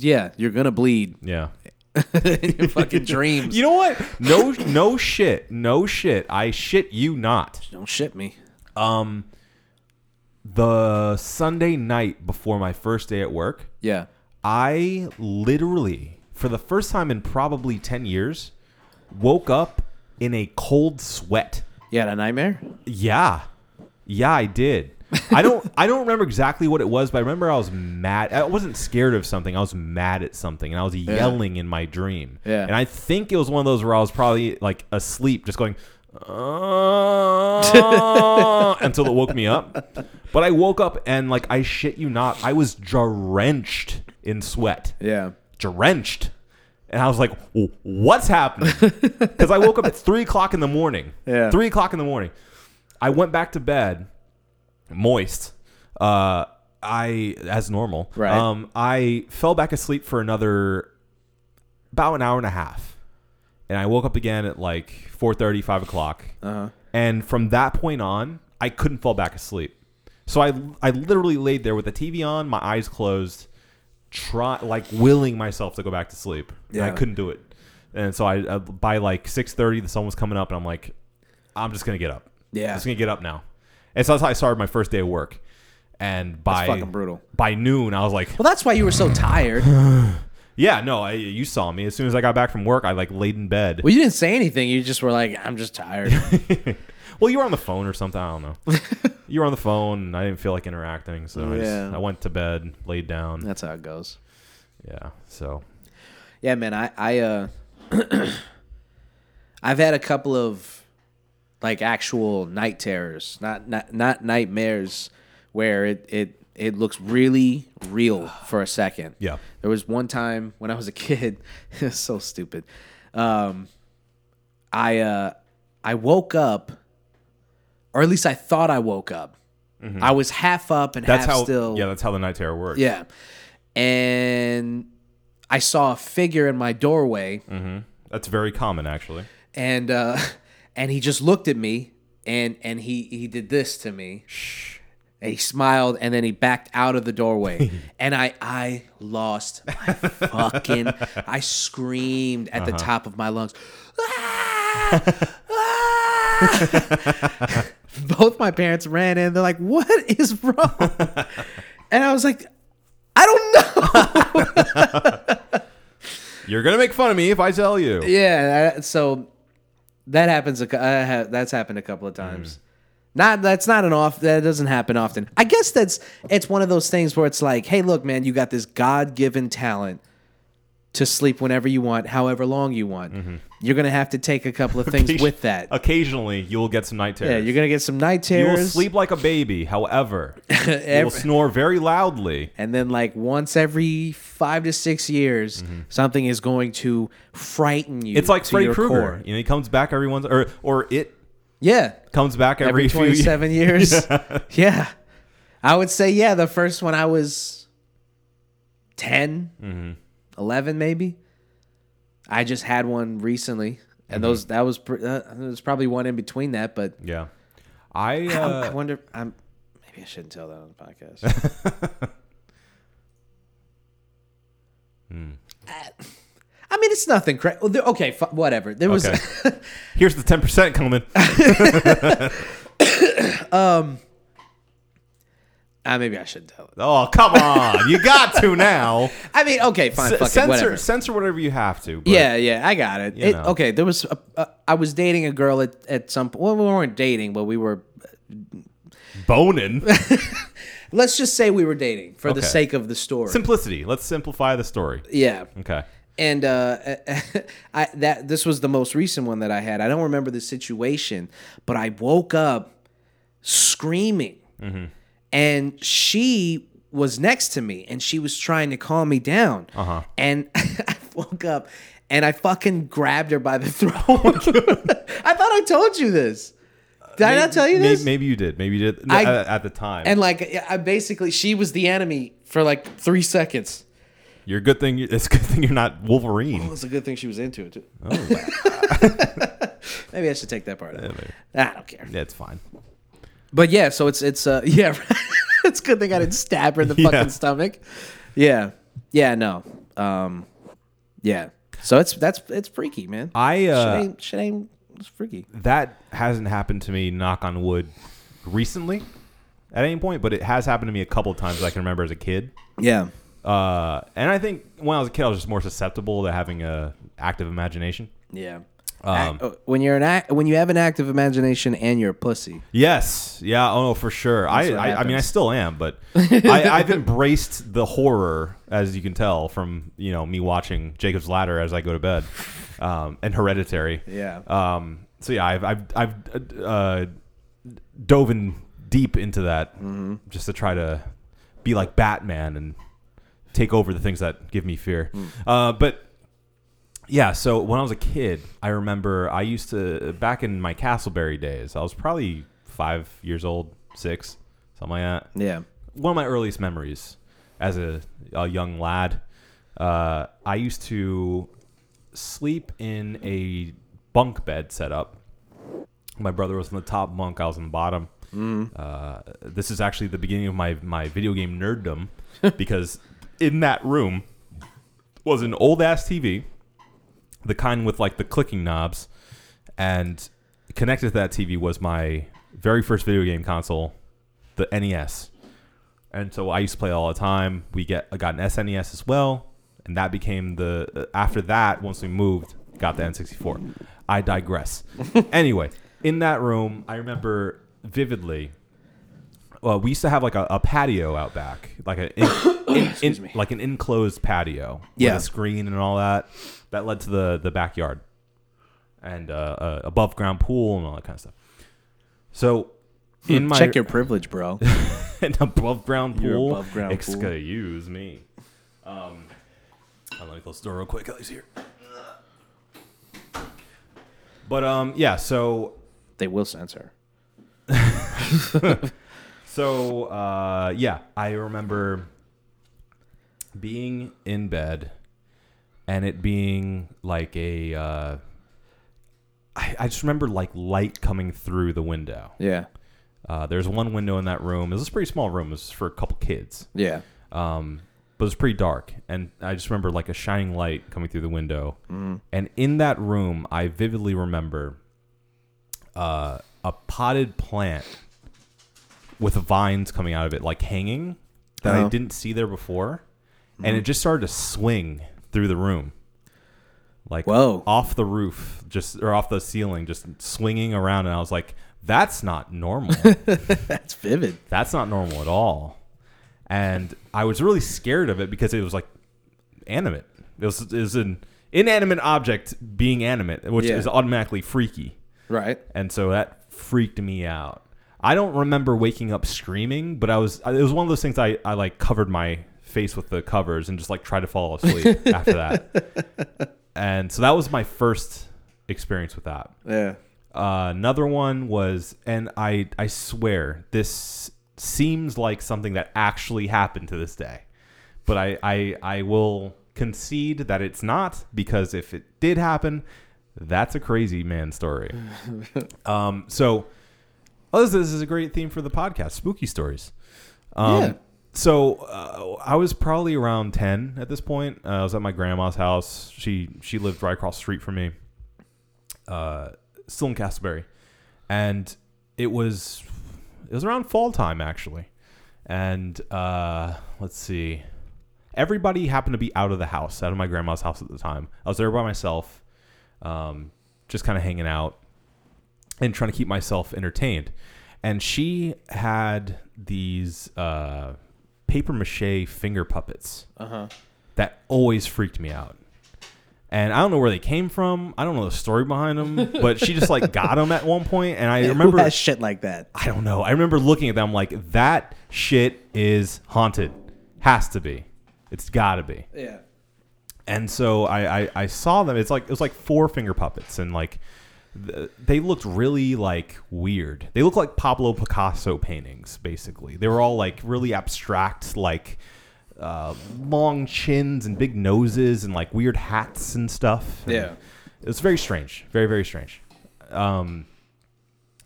Yeah, you're gonna bleed
Yeah.
in your fucking dreams.
You know what? No no shit. No shit. I shit you not.
Don't shit me.
The Sunday night before my first day at work,
Yeah.
I literally for the first time in probably 10 years woke up in a cold sweat.
You had a nightmare?
Yeah. Yeah, I did. I don't I don't remember exactly what it was, but I remember I was mad. I wasn't scared of something. I was mad at something and I was yelling in my dream.
Yeah.
And I think it was one of those where I was probably like asleep just going "Uh," until it woke me up. But I woke up and like I shit you not, I was drenched in sweat
Yeah.
drenched. And I was like, "W- what's happening? Because I woke up at three o'clock in the morning.
Yeah.
Three o'clock in the morning. I went back to bed, moist. Uh, I as normal.
Right.
Um, I fell back asleep for another about an hour and a half. And I woke up again at like 4:30, 5 o'clock.
Uh.
Uh-huh. And from that point on, I couldn't fall back asleep. So I I literally laid there with the TV on, my eyes closed, try like willing myself to go back to sleep. Yeah.
Yeah.
I couldn't do it. And so I uh, by like 6:30, the sun was coming up, and I'm like, I'm just gonna get up.
Yeah.
I'm just gonna get up now. And so that's how I started my first day of work. and by
fucking brutal.
by noon I was like,
Well, that's why you were so tired.
yeah, no, I, you saw me as soon as I got back from work. I like laid in bed.
Well, you didn't say anything. You just were like, I'm just tired.
Well, you were on the phone or something. I don't know. you were on the phone, and I didn't feel like interacting, so I, just,
Yeah.
I went to bed, laid down.
That's how it goes.
Yeah, so
Yeah, man. I, I, uh, I've had a couple of like actual night terrors, not, not, not nightmares where it, it, it looks really real for a second.
yeah,
There was one time when I was a kid, it was so stupid. Um, I uh, I woke up, or at least I thought I woke up. I was half up and
Mm-hmm. that's
half
how.
still.
Yeah, that's how the night terror works.
yeah. And I saw a figure in my doorway,
that's very common actually.
and uh, and he just looked at me, and and he he did this to me. And he smiled, and then he backed out of the doorway, and I I lost my fucking. I screamed at the top of my lungs. "Ah! Ah!" Both my parents ran in. They're like, "What is wrong?" And I was like, "I don't know."
You're gonna make fun of me if I tell you.
Yeah, that, so that happens. A, cou- uh, ha- that's happened a couple of
Mm.
times. Not that's not an off. That doesn't happen often. I guess that's it's one of those things where it's like, hey, look, man, you got this God given talent to sleep whenever you want, however long you want.
Mm-hmm.
You're gonna have to take a couple of things with that.
Occasionally, you'll get some night terrors.
Yeah, you're gonna get some night
You will
terrors.
sleep like a baby. However, you will
Every-
snore very loudly.
And then, like once every five to six years, something is going to frighten you.
Mm-hmm. It's like
to
Freddy
your
Krueger.
core.
You know, he comes back every once, or or it
Yeah,
comes back every,
every
few years.
27 years. Yeah. I would say, yeah, the first one I was 10,
Mm-hmm.
11 maybe. I just had one recently.
Mm-hmm.
And those, that was, pr- uh, there was probably one in between that, but
Yeah,
I-
I
I
uh,
wonder, I'm, maybe I shouldn't tell that on the podcast.
Hmm.
I- I mean, it's nothing cra well, there- Okay, f- whatever. There was,
Okay. here's the ten percent coming.
Ah, maybe I shouldn't tell it.
Oh come on, you got to now.
I mean, okay, fine,
S-
fuck it,
censor
whatever.
censor whatever you have to. But
Yeah, yeah, I got it. It-
know.
okay, there was a, a, I was dating a girl at at some point. Well, we weren't dating, but we were.
boning
Let's just say we were dating for the
Okay.
sake of the story.
simplicity. Let's simplify the story.
yeah,
Okay.
and uh, I that this was the most recent one that I had. I don't remember the situation, but I woke up screaming, and she was next to me, and she was trying to calm me down. Uh-huh. And I woke up, and I fucking grabbed her by the throat. I thought I told you this. Did I not tell you
Maybe,
this?
maybe you did. Maybe you did uh,
I-
at, at the time.
And like, I basically, she was the enemy for like three seconds.
you're a good thing. It's a good thing you're not Wolverine.
It's a good thing she was into it too.
Oh,
Maybe I should take that part. Out. I don't care.
That's fine.
But yeah, so it's it's uh yeah, it's a good thing I didn't stab her in the
Yeah.
fucking stomach. Yeah, yeah, no, um, yeah. So it's that's it's freaky, man.
I uh,
shit ain't, shit ain't it's freaky.
that hasn't happened to me knock on wood recently at any point but it has happened to me a couple of times that i can remember as a kid
Yeah,
uh, and i think when i was a kid i was just more susceptible to having a active imagination
yeah.
Um,
Act- when you're an act, when you have an active imagination and you're a pussy,
yes yeah oh no, for sure I,
what
I i mean i
happens.
still am but I, i've embraced the horror as you can tell from you know me watching jacob's ladder as i go to bed um, and hereditary
yeah,
Um, so yeah, I've I've I've uh, dove in deep into that just to try to be like Batman and take over the things that give me fear. Uh, but yeah, so when I was a kid, I remember I used to back in my Castleberry days. I was probably five years old, six, something like that
yeah.
one of my earliest memories as a, a young lad, uh, I used to sleep in a bunk bed set up. My brother was in the top bunk, I was in the bottom. Uh, this is actually the beginning of my, my video game nerddom because in that room was an old ass TV, the kind with like the clicking knobs, and connected to that TV was my very first video game console, the NES E and so I used to play it all the time. We get I got an SNES as well, and that became the uh, after that once we moved got the N64. I digress. anyway, in that room, I remember vividly. Well, we used to have like a, a patio out back, like a in, in- in- like an enclosed patio
Yeah.
with a screen and all that. That led to the the backyard and uh, uh, above ground pool and all that kind of stuff. So in my
Hmm, Check your privilege, bro.
an above ground
Your
pool.
above ground pool.
Excuse me. Um, hold on, let me close the door real quick. He's here. But um, yeah. So
they will censor.
so uh, yeah, I remember being in bed and it being like a. Uh, I, I just remember like light coming through the window.
Yeah.
Uh, there's one window in that room. It was a pretty small room. It was for a couple kids.
Yeah.
um, but it was pretty dark. And I just remember like a shining light coming through the window.
Mm.
And in that room, I vividly remember uh, a potted plant with vines coming out of it, like hanging, that I
Uh-huh. Mm-hmm.
didn't see there before. And it just started to swing through the room. Like
Whoa.
off the roof, just or off the ceiling, just swinging around, and I was like, "That's not normal."
That's vivid.
that's not normal at all. And I was really scared of it because it was like animate. It was, it was an inanimate object being animate, which
Yeah.
is automatically freaky.
Right.
And so that freaked me out. I don't remember waking up screaming, but I was it was one of those things I, I like covered my face with the covers and just like tried to fall asleep after that. And so that was my first experience with that.
Yeah.
Uh, another one was, and I I swear this seems like something that actually happened to this day, but I I, I will concede that it's not because if it did happen, that's a crazy man story. um, so oh, this, this is a great theme for the podcast, spooky stories. Um,
Yeah.
So uh, I was probably around ten at this point. Uh, I was at my grandma's house. She she lived right across the street from me uh, still in Castleberry, and it was it was around fall time actually, and uh, let's see, everybody happened to be out of the house, out of my grandma's house at the time. I was there by myself, um, just kind of hanging out and trying to keep myself entertained. And she had these uh, paper mache finger puppets that always freaked me out and I don't know where they came from. I don't know the story behind them, but she just like got them at one point, and I
Who
remember
has shit like that?
I don't know. I remember looking at them like that shit is haunted, has to be, it's gotta be.
Yeah.
And so I I, I saw them. It's like it was like four finger puppets, and like th- they looked really like weird. They looked like Pablo Picasso paintings, basically. They were all like really abstract, like uh, long chins and big noses and like weird hats and stuff. And
Yeah.
it was very strange, very very strange. Um,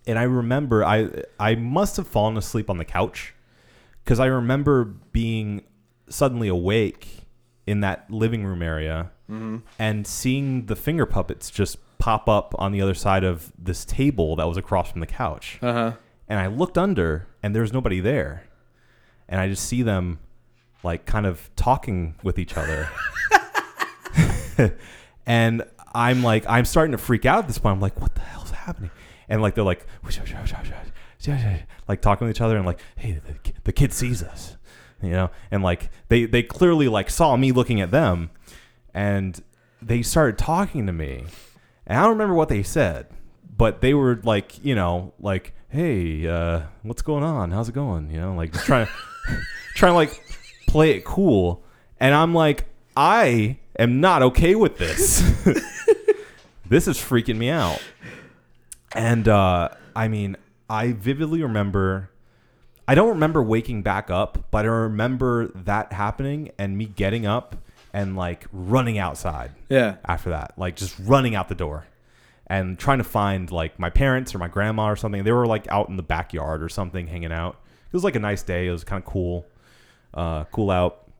and I remember I I must have fallen asleep on the couch because I remember being suddenly awake in that living room area and seeing the finger puppets just pop up on the other side of this table that was across from the couch.
Uh-huh.
And I looked under and there's nobody there. And I just see them like kind of talking with each other. and I'm like, I'm starting to freak out at this point. I'm like, what the hell's happening? And like, they're like, like talking to each other and like, hey, the, ki- the kid sees us, you know? And like, they, they clearly like saw me looking at them and they started talking to me. And I don't remember what they said, but they were like, you know, like, hey, uh, what's going on? How's it going? You know, like just trying to trying to like play it cool. And I'm like, I am not okay with this. this is freaking me out. And uh, I mean, I vividly remember. I don't remember waking back up, but I remember that happening and me getting up and like running outside
Yeah.
after that, like just running out the door and trying to find like my parents or my grandma or something. They were like out in the backyard or something hanging out. It was like a nice day. It was kind of cool, uh, cool out.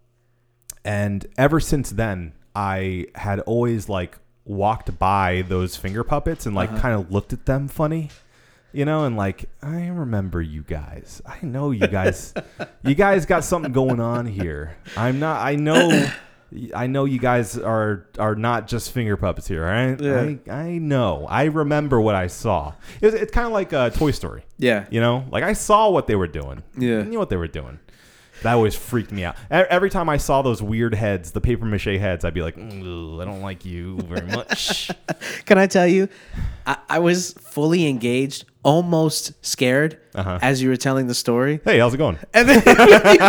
And ever since then, I had always like walked by those finger puppets and like kind of looked at them funny. You know, and like I remember you guys. I know you guys. you guys got something going on here. I'm not. I know. I know you guys are are not just finger puppets here. All right. I, I know. I remember what I saw. It was, it's kind of like uh, Toy Story.
Yeah.
You know, like I saw what they were doing.
Yeah.
I knew what they were doing. That always freaked me out. E- Every time I saw those weird heads, the paper mache heads, I'd be like, "Ooh, I don't like you very much.
Can I tell you? I, I was fully engaged, almost scared
Uh-huh.
as you were telling the story.
hey, how's it going?
And then when you,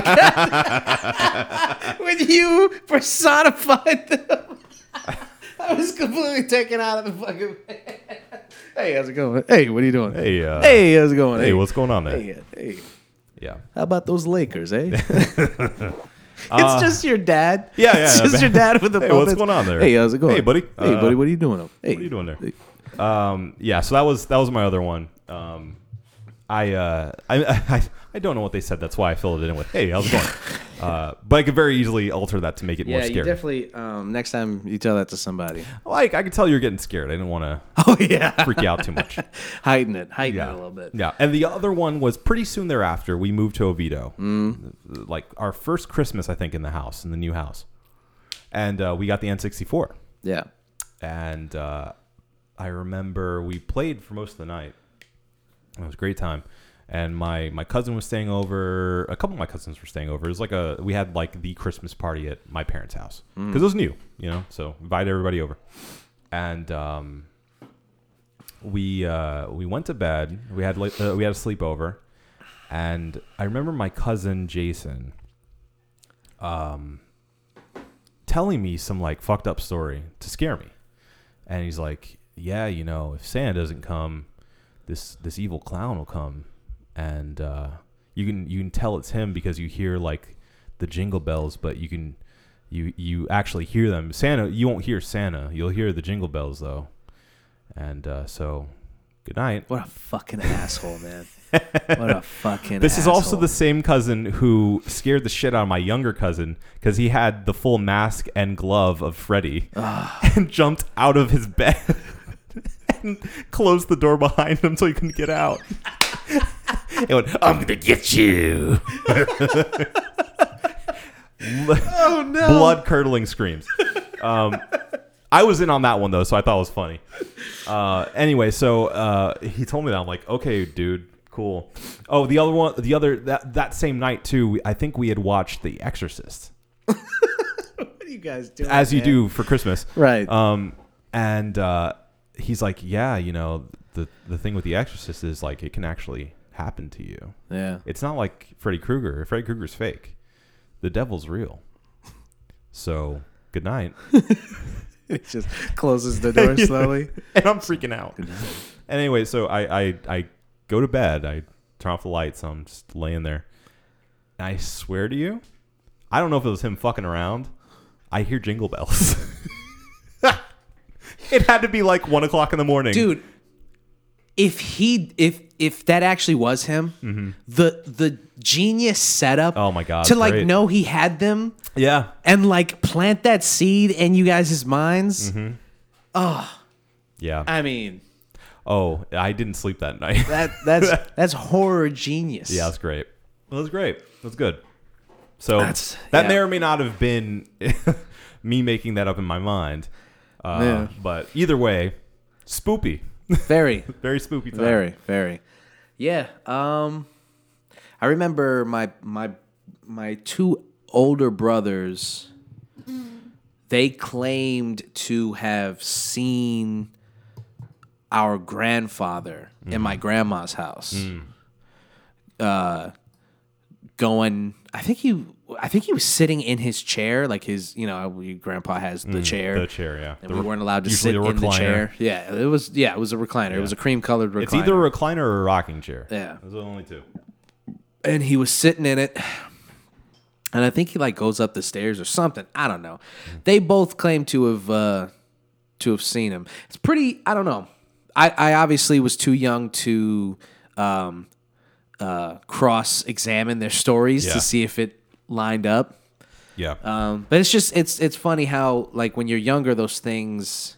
got- when you personified them, I was completely taken out of the fucking. hey, how's it going? Hey, what are you doing?
Hey, uh,
Hey, how's it going?
hey, what's going on there?
Hey, hey.
Yeah.
How about those Lakers, eh? it's just your dad.
Uh, Yeah, yeah,
It's
yeah.
just your dad with the
Hey,
phone
what's
that's-
going on there?
Hey, how's it going?
Hey, buddy.
Hey,
Uh,
buddy, what are you doing? up- Hey,
What are you doing there? Um, yeah, so that was that was my other one. Um, I, uh, I I I don't know what they said. That's why I filled it in with "Hey, how's it going?" uh, but I could very easily alter that to make it more
Yeah, you
scary.
definitely. Um, next time you tell that to somebody.
like I could tell you were getting scared. I didn't want
Oh yeah,
to freak you out too much.
heighten it, heighten
Yeah.
it a little bit.
Yeah, and the other one was pretty soon thereafter. We moved to Oviedo,
Mm.
like our first Christmas, I think, in the house, in the new house, and uh, we got the N64.
Yeah.
and uh, I remember we played for most of the night. It was a great time, and my my cousin was staying over. A couple of my cousins were staying over. It was like a we had like the Christmas party at my parents' house because it was new, you know. So invite everybody over, and um, we uh, we went to bed. We had like uh, we had a sleepover, and I remember my cousin Jason. um, telling me some like fucked up story to scare me. And he's like, "Yeah, you know, if Santa doesn't come, this this evil clown will come, and uh, you can you can tell it's him because you hear like the jingle bells, but you can you you actually hear them. Santa, you won't hear Santa. You'll hear the jingle bells though. And uh, so, good night.
What a fucking asshole, man. What a fucking
This is also
asshole.
the same cousin who scared the shit out of my younger cousin because he had the full mask and glove of Freddy and jumped out of his bed and closed the door behind him so he couldn't get out. it went, I'm gonna get you. oh no! Blood curdling screams. Um, I was in on that one though, so I thought it was funny. Uh, anyway, so uh, he told me that I'm like, okay, dude, cool. Oh, the other one, the other that that same night too. we- I think we had watched The Exorcist,
What are you guys doing?
as you
man?
do for Christmas,
Right.
Um, and uh, he's like, yeah, you know, the the thing with The Exorcist is like it can actually happen to you.
Yeah.
It's not like Freddy Krueger. Freddy Krueger's fake. The devil's real. So good night.
It just closes the door slowly.
and I'm freaking out. And anyway, so I, I I go to bed. I turn off the lights. I'm just laying there. And I swear to you, I don't know if it was him fucking around. I hear jingle bells. it had to be like one o'clock in the morning,
Dude, if he if if that actually was him, the the genius setup
Mm-hmm. Oh my God,
to like
great.
know he had them
Yeah,
and like plant that seed in you guys' minds.
yeah.
I mean,
oh, I didn't sleep that night.
that that's that's horror genius.
yeah, that's great. That was great. That's good. So
That's-
that
yeah.
may or may not have been me making that up in my mind, uh,
Yeah.
but either way, spoopy.
Very.
Very spoopy time.
Very, very. Yeah. Um I remember my my my two older brothers they claimed to have seen our grandfather in my grandma's house. Uh going I think he I think he was sitting in his chair like his you know your grandpa has Hmm, the chair
The chair, yeah.
and
The
we
re-
weren't allowed to
usually
sit
a
in the
recliner.
chair. Yeah, it was yeah, it was a recliner. It was a cream colored recliner.
It's either a recliner or a rocking chair.
Yeah. Um,
Those are the only two.
and he was sitting in it. And I think he like goes up the stairs or something. I don't know.
Mm-hmm.
They both claim to have uh to have seen him. It's pretty I don't know. I, I obviously was too young to um uh cross examine their stories
Yeah.
to see if it lined up.
Yeah.
Um, but it's just it's it's funny how like when you're younger, those things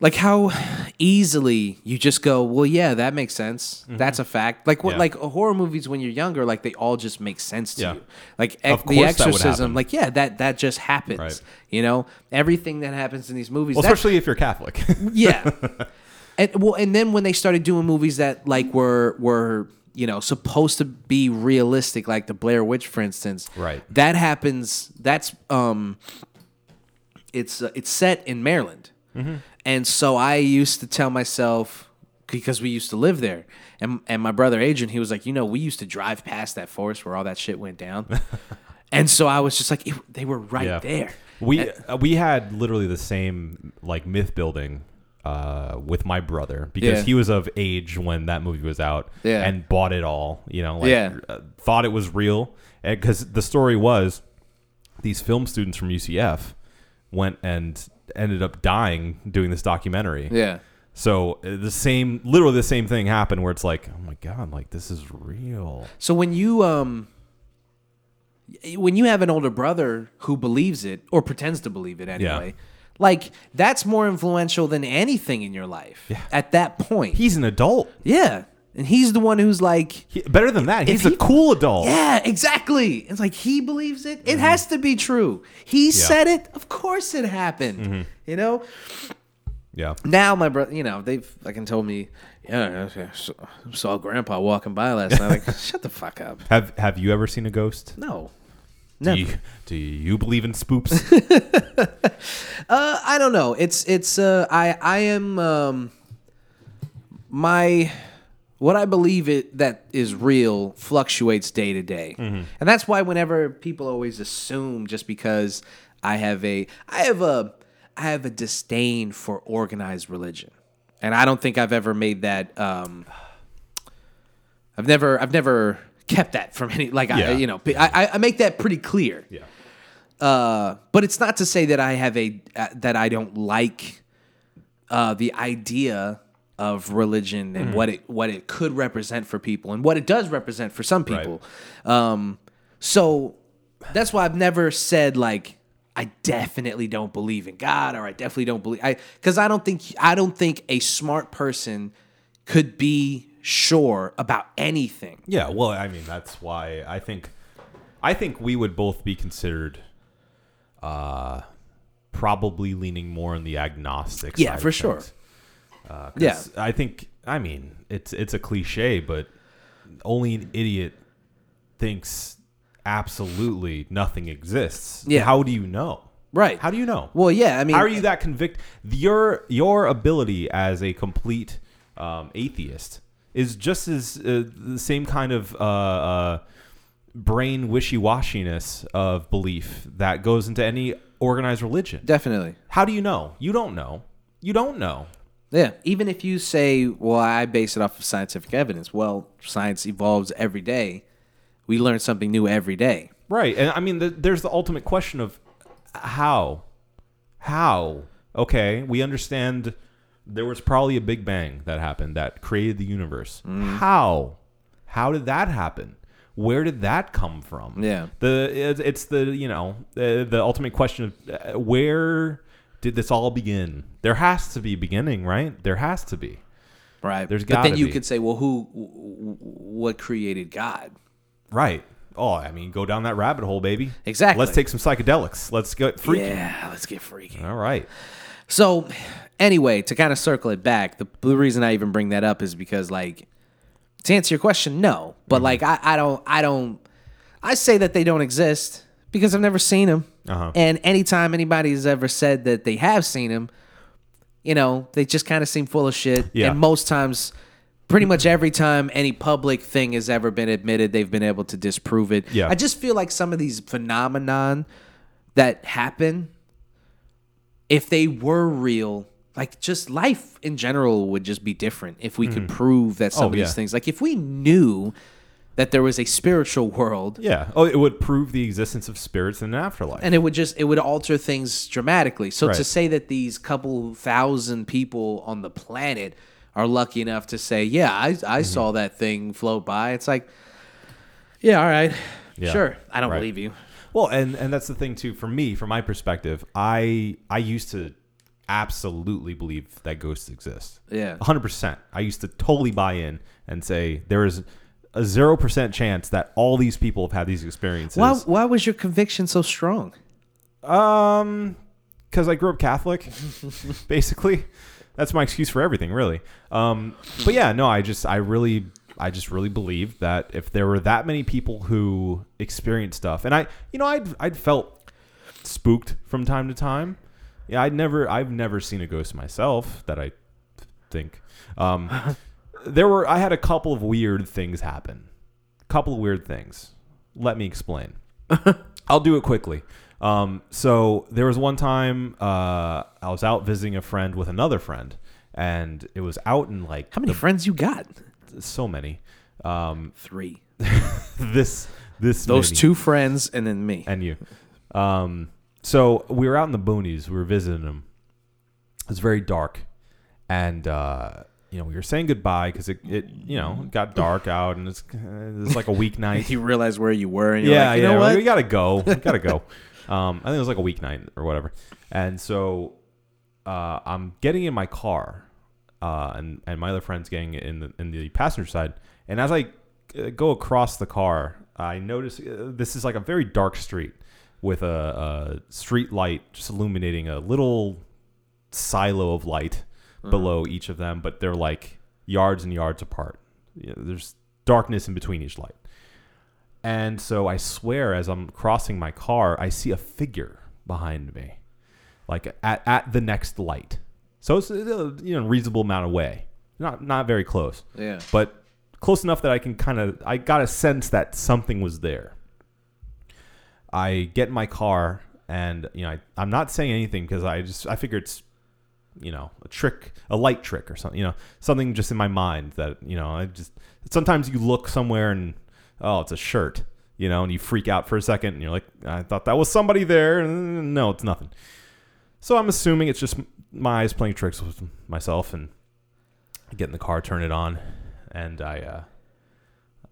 like how easily you just go, well, yeah, that makes sense. That's a fact. Like what,
Mm-hmm. Yeah.
like horror movies when you're younger, like they all just make sense to
Yeah.
you. Like
Of
ex- the
course that would
exorcism,
happen.
like yeah, that that just happens.
Right.
You know, everything that happens in these movies,
Well,
that-
especially if you're Catholic.
yeah. and well, and then when they started doing movies that like were were you know supposed to be realistic, like the Blair Witch, for instance.
Right.
That happens. That's um. It's uh, it's set in Maryland, and so I used to tell myself because we used to live there, and and my brother Adrian, he was like, you know, we used to drive past that forest where all that shit went down. And so I was just like, it- they were right
Yeah.
there.
We uh, we had literally the same like myth building uh, with my brother because
Yeah.
he was of age when that movie was out
Yeah.
and bought it all. You know, like,
Yeah.
uh, thought it was real because the story was these film students from UCF went and ended up dying doing this documentary.
Yeah.
So uh, the same, literally the same thing happened where it's like, oh my god, like this is real.
So when you um when you have an older brother who believes it or pretends to believe it anyway, like that's more influential than anything in your life at that point.
He's an adult.
yeah. And he's the one who's like
He, better than that, he's a
he-
cool adult.
yeah, exactly. It's like he believes it. It has to be true. He said it. Of course it happened. You know?
yeah.
now my brother, you know, they've fucking told me, yeah, I saw- saw grandpa walking by last night. Like, shut the fuck up.
Have Have you ever seen a ghost?
No.
Do
Never.
you, do you believe in spoops?
Uh, I don't know. It's it's uh, I I am um, my what I believe it that is real fluctuates day to day,
Mm-hmm.
and that's why whenever people always assume just because I have a I have a I have a disdain for organized religion, and I don't think I've ever made that. Um, I've never I've never kept that from any like I
Yeah.
you know I I- I make that pretty clear.
yeah.
Uh, but it's not to say that I have a uh, that I don't like uh, the idea of religion and what it what it could represent for people and what it does represent for some people. Um, so that's why I've never said like I definitely don't believe in God or I definitely don't believe I because I don't think I don't think a smart person could be sure about anything.
Yeah. Well, I mean, that's why I think I think we would both be considered uh, probably leaning more on the agnostic.
Yeah,
side
for
of
sure.
things.
Yeah,
I think. I mean, it's it's a cliche, but only an idiot thinks absolutely nothing exists.
Yeah.
How do you know?
right.
How do you know?
Well, yeah. I mean,
How are you that convict? Your your ability as a complete um, atheist is just as uh, the same kind of uh, uh, brain wishy washiness of belief that goes into any organized religion.
Definitely.
How do you know? You don't know. You don't know.
Yeah. Even if you say, well, I base it off of scientific evidence, well, science evolves every day. We learn something new every day.
Right. And I mean, th there's the ultimate question of how? How? Okay, we understand there was probably a Big Bang that happened that created the universe.
Mm.
How? How did that happen? Where did that come from?
Yeah.
The it's- it's the, you know, the, the ultimate question of uh, where did this all begin? There has to be a beginning, right? There has to be.
Right.
There's
but then
gotta
you
be.
could say, well, who, w- w- what created God?
Right. Oh, I mean, go down that rabbit hole, baby.
Exactly.
Let's take some psychedelics. Let's go freaky.
Yeah, let's get freaky.
All right.
So, anyway, to kind of circle it back, the, the reason I even bring that up is because, like, to answer your question, no. But
Mm-hmm.
like, I, I don't, I don't, I say that they don't exist because I've never seen them.
Uh-huh.
And anytime anybody's ever said that they have seen them, you know, they just kind of seem full of shit.
Yeah.
And most times, pretty much every time any public thing has ever been admitted, they've been able to disprove it.
Yeah.
I just feel like some of these phenomenon that happen, if they were real, like just life in general would just be different if we could prove that some
Oh,
of
yeah.
these things, like if we knew that there was a spiritual world,
Yeah. Oh, it would prove the existence of spirits in an afterlife.
and it would just it would alter things dramatically so to
Right.
say that these couple thousand people on the planet are lucky enough to say yeah i, I
Mm-hmm.
saw that thing float by it's like yeah all right
Yeah.
sure i don't
Right.
believe you
well, and and that's the thing too. For me, from my perspective, I I used to absolutely believe that ghosts exist.
Yeah.
100%. I used to totally buy in and say there is a 0% chance that all these people have had these experiences.
Why, why was your conviction so strong?
Um, because I grew up Catholic, basically. That's my excuse for everything, really. Um, but yeah, no, I just, I really, I just really believed that if there were that many people who experienced stuff, and I, you know, I'd, I'd felt spooked from time to time. Yeah, I'd never, I've never seen a ghost myself that I think. Um, there were, I had a couple of weird things happen. Couple of weird things. Let me explain. I'll do it quickly. Um, so there was one time uh, I was out visiting a friend with another friend, and it was out in like
How many friends you got?
so many. Um,
Three.
this this
Those
many.
two friends and then me.
and you. Um, so we were out in the boonies. We were visiting them. It was very dark, and uh, you know we were saying goodbye because it, it you know it got dark out and it's it's like a weeknight.
You realized where you were and you're
yeah,
like, you
yeah.
know
we're like,
what?
We gotta go. We gotta go. um, I think it was like a weeknight or whatever. And so uh, I'm getting in my car, uh, and and my other friend's getting in the in the passenger side. And as I uh, go across the car, I notice uh, this is like a very dark street with a, a street light just illuminating a little silo of light below each of them, but they're like yards and yards apart. You know, there's darkness in between each light. And so I swear, as I'm crossing my car, I see a figure behind me, like at, at the next light. So it's uh, you know reasonable amount of way, not not very close,
Yeah.
but close enough that I can kind of I got a sense that something was there. I get in my car and you know I, I'm not saying anything because I just I figure it's you know a trick a light trick or something you know something just in my mind that you know I just sometimes you look somewhere and oh it's a shirt you know and you freak out for a second and you're like I thought that was somebody there and no it's nothing so I'm assuming it's just my eyes playing tricks with myself and I get in the car turn it on and I uh,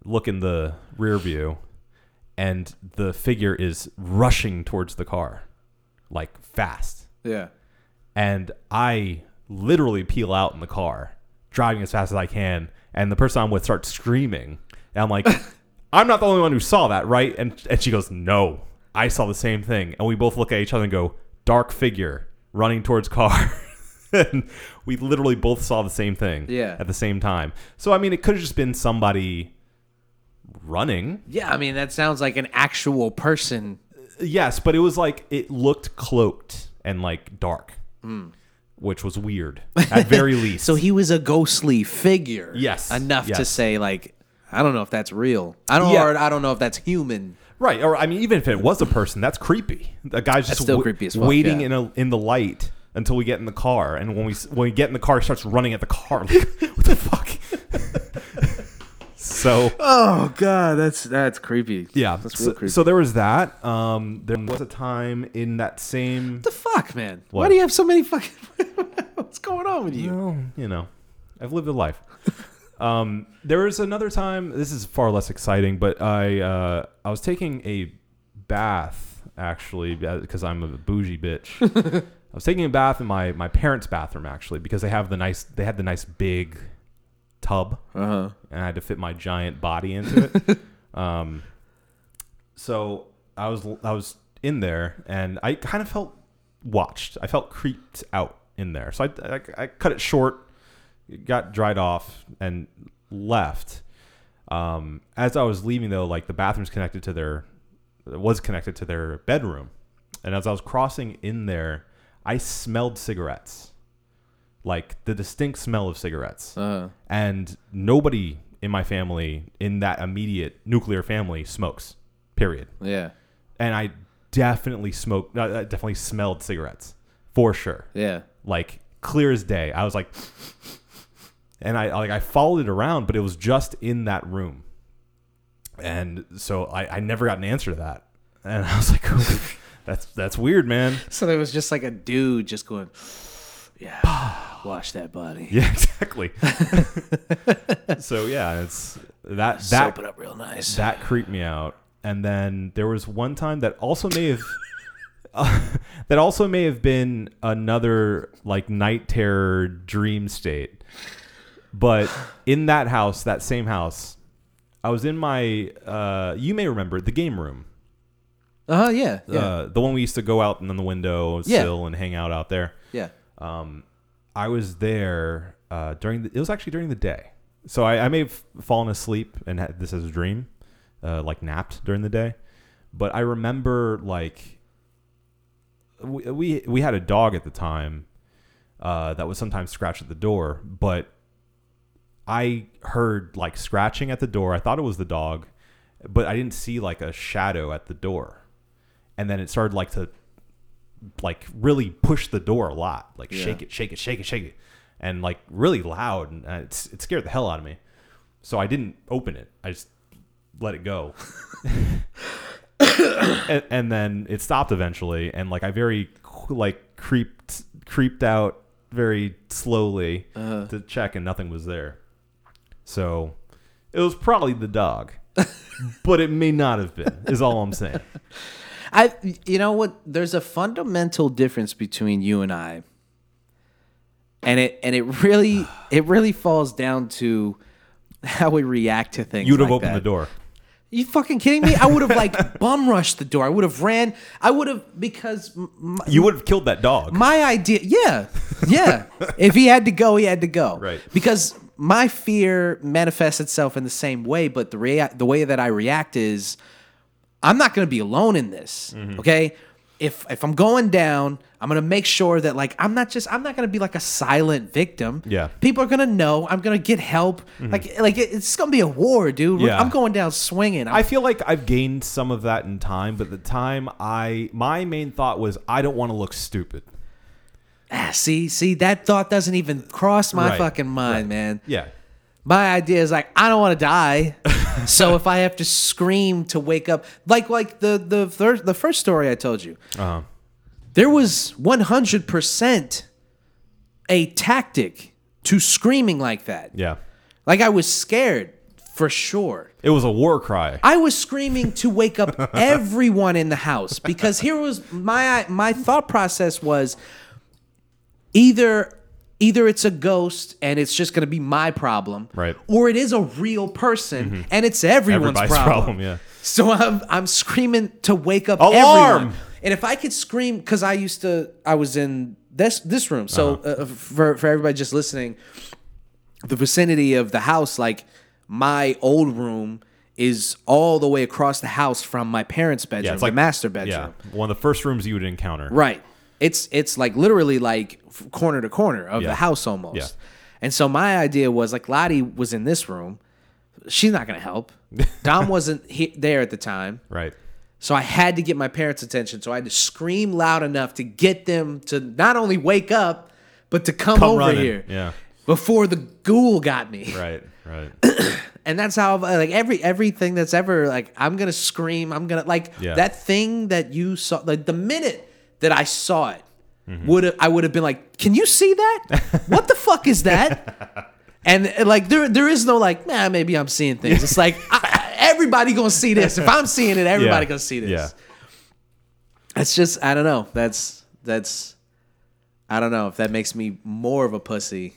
look in the rear view and the figure is rushing towards the car like fast
Yeah.
and i literally peel out in the car driving as fast as i can and the person i'm with starts screaming and i'm like i'm not the only one who saw that right and, and she goes no i saw the same thing and we both look at each other and go dark figure running towards car and we literally both saw the same thing
Yeah.
at the same time so i mean it could have just been somebody running
Yeah, I mean, that sounds like an actual person.
Yes, but it was like it looked cloaked and like dark, which was weird at very least.
Hmm. So he was a ghostly figure.
Yes,
Enough to
yes.
say, like, I don't know if that's real. I don't,
Yeah.
or I don't know if that's human.
right, or I mean, even if it was a person, that's creepy. The guy's just
still
wa-
creepy as fuck,
waiting
yeah.
in a in the light until we get in the car, and when we s- when we get in the car, he starts running at the car. Like, what the fuck? so
Oh God, that's that's creepy.
yeah,
that's real
so,
creepy.
so there was that. Um, there was a time in that same.
the fuck, man? Why
What?
do you have so many fucking? What's going on with you?
Well, you know, I've lived a life. um, there was another time. This is far less exciting, but I uh, I was taking a bath actually because I'm a bougie bitch. I was taking a bath in my my parents' bathroom actually because they have the nice they had the nice big tub
Uh huh.
and I had to fit my giant body into it. um, so I was I was in there, and I kind of felt watched. I felt creeped out in there. So I I, I cut it short, got dried off, and left. Um, as I was leaving though, like the bathroom's connected to their was connected to their bedroom, and as I was crossing in there, I smelled cigarettes, like the distinct smell of cigarettes
Uh,
and nobody in my family in that immediate nuclear family smokes period
yeah,
and i definitely smoked i I definitely smelled cigarettes for sure
yeah.
like clear as day i was like and i like i followed it around but it was just in that room and so i, I never got an answer to that and i was like oh, that's that's weird man
So there was just like a dude just going, yeah, wash that body,
yeah exactly so yeah it's that that
soap it up real nice.
That creeped me out. And then there was one time that also may have uh, that also may have been another like night terror dream state. But in that house, that same house, I was in my uh, you may remember the game room.
Uh huh. Yeah. Yeah.
Uh, the one we used to go out and in the window
Yeah.
sill and hang out out there.
yeah.
I was there uh, during the, it was actually during the day. So I, I may have fallen asleep and had this as a dream, uh, like napped during the day. But I remember like we we, we had a dog at the time uh, that would sometimes scratch at the door, but I heard like scratching at the door. I thought it was the dog, but I didn't see like a shadow at the door. And then it started like to like really push the door a lot, like shake it, shake it, shake it, shake it, and like really loud, and uh, it's, it scared the hell out of me. So I didn't open it. I just let it go, and, and then it stopped eventually. And like I very like creeped creeped out very slowly
Uh-huh.
to check, and nothing was there. So it was probably the dog, but it may not have been. Is all I'm saying.
I you know what there's a fundamental difference between you and I. And it and it really it really falls down to how we react to things.
You would have
like
opened
that.
the door.
You fucking kidding me? I would have like bum rushed the door. I would have ran. I would have because m-
You would have killed that dog.
my idea yeah yeah if he had to go he had to go
Right.
because my fear manifests itself in the same way but the rea- the way that i react is i'm not going to be alone in this
Mm-hmm.
okay if if i'm going down i'm going to make sure that like i'm not just i'm not going to be like a silent victim
Yeah. Mm-hmm.
people are going to know i'm going to get help like like it- it's going to be a war dude
Yeah.
i'm going down swinging
I
I'm,
feel like I've gained some of that in time, but at the time I my main thought was I don't want to look stupid.
ah, see see that thought doesn't even cross my
Right,
fucking mind man
Yeah.
my idea is like I don't want to die, so if I have to scream to wake up, like like the the first the first story I told you,
Uh-huh.
there was one hundred percent a tactic to screaming like that.
Yeah.
Like I was scared for sure.
It was a war cry.
I was screaming to wake up everyone in the house because here was my my thought process was either either it's a ghost and it's just going to be my problem
Right. Mm-hmm.
or it is a real person and it's everyone's
Everybody's
problem.
problem, yeah.
so i'm i'm screaming to wake up
Alarm!
everyone and if i could scream cuz i used to i was in this this room so
Uh-huh.
uh, for for everybody just listening the vicinity of the house, like my old room is all the way across the house from my parents' bedroom,
Yeah, it's
the
like
master bedroom.
Yeah, one of the first rooms you would encounter.
Right. It's it's like literally like f- corner to corner of
Yeah.
the house almost.
Yeah.
And so my idea was like Lottie was in this room. She's not gonna help. Dom wasn't he- there at the time.
Right.
So I had to get my parents' attention. So I had to scream loud enough to get them to not only wake up, but to come,
Come
over
running.
here
Yeah.
before the ghoul got me
Right. Right.
and that's how like every everything that's ever like I'm gonna scream. I'm gonna like
Yeah.
that thing that you saw. Like the minute that I saw it,
Mm-hmm.
would have I would have been like, "Can you see that? what the fuck is that?" And uh, like there there is no like, nah, maybe I'm seeing things. It's like I, I- everybody gonna see this. If I'm seeing it, everybody
Yeah.
gonna see this.
Yeah.
It's just I don't know. That's that's. I don't know if that makes me more of a pussy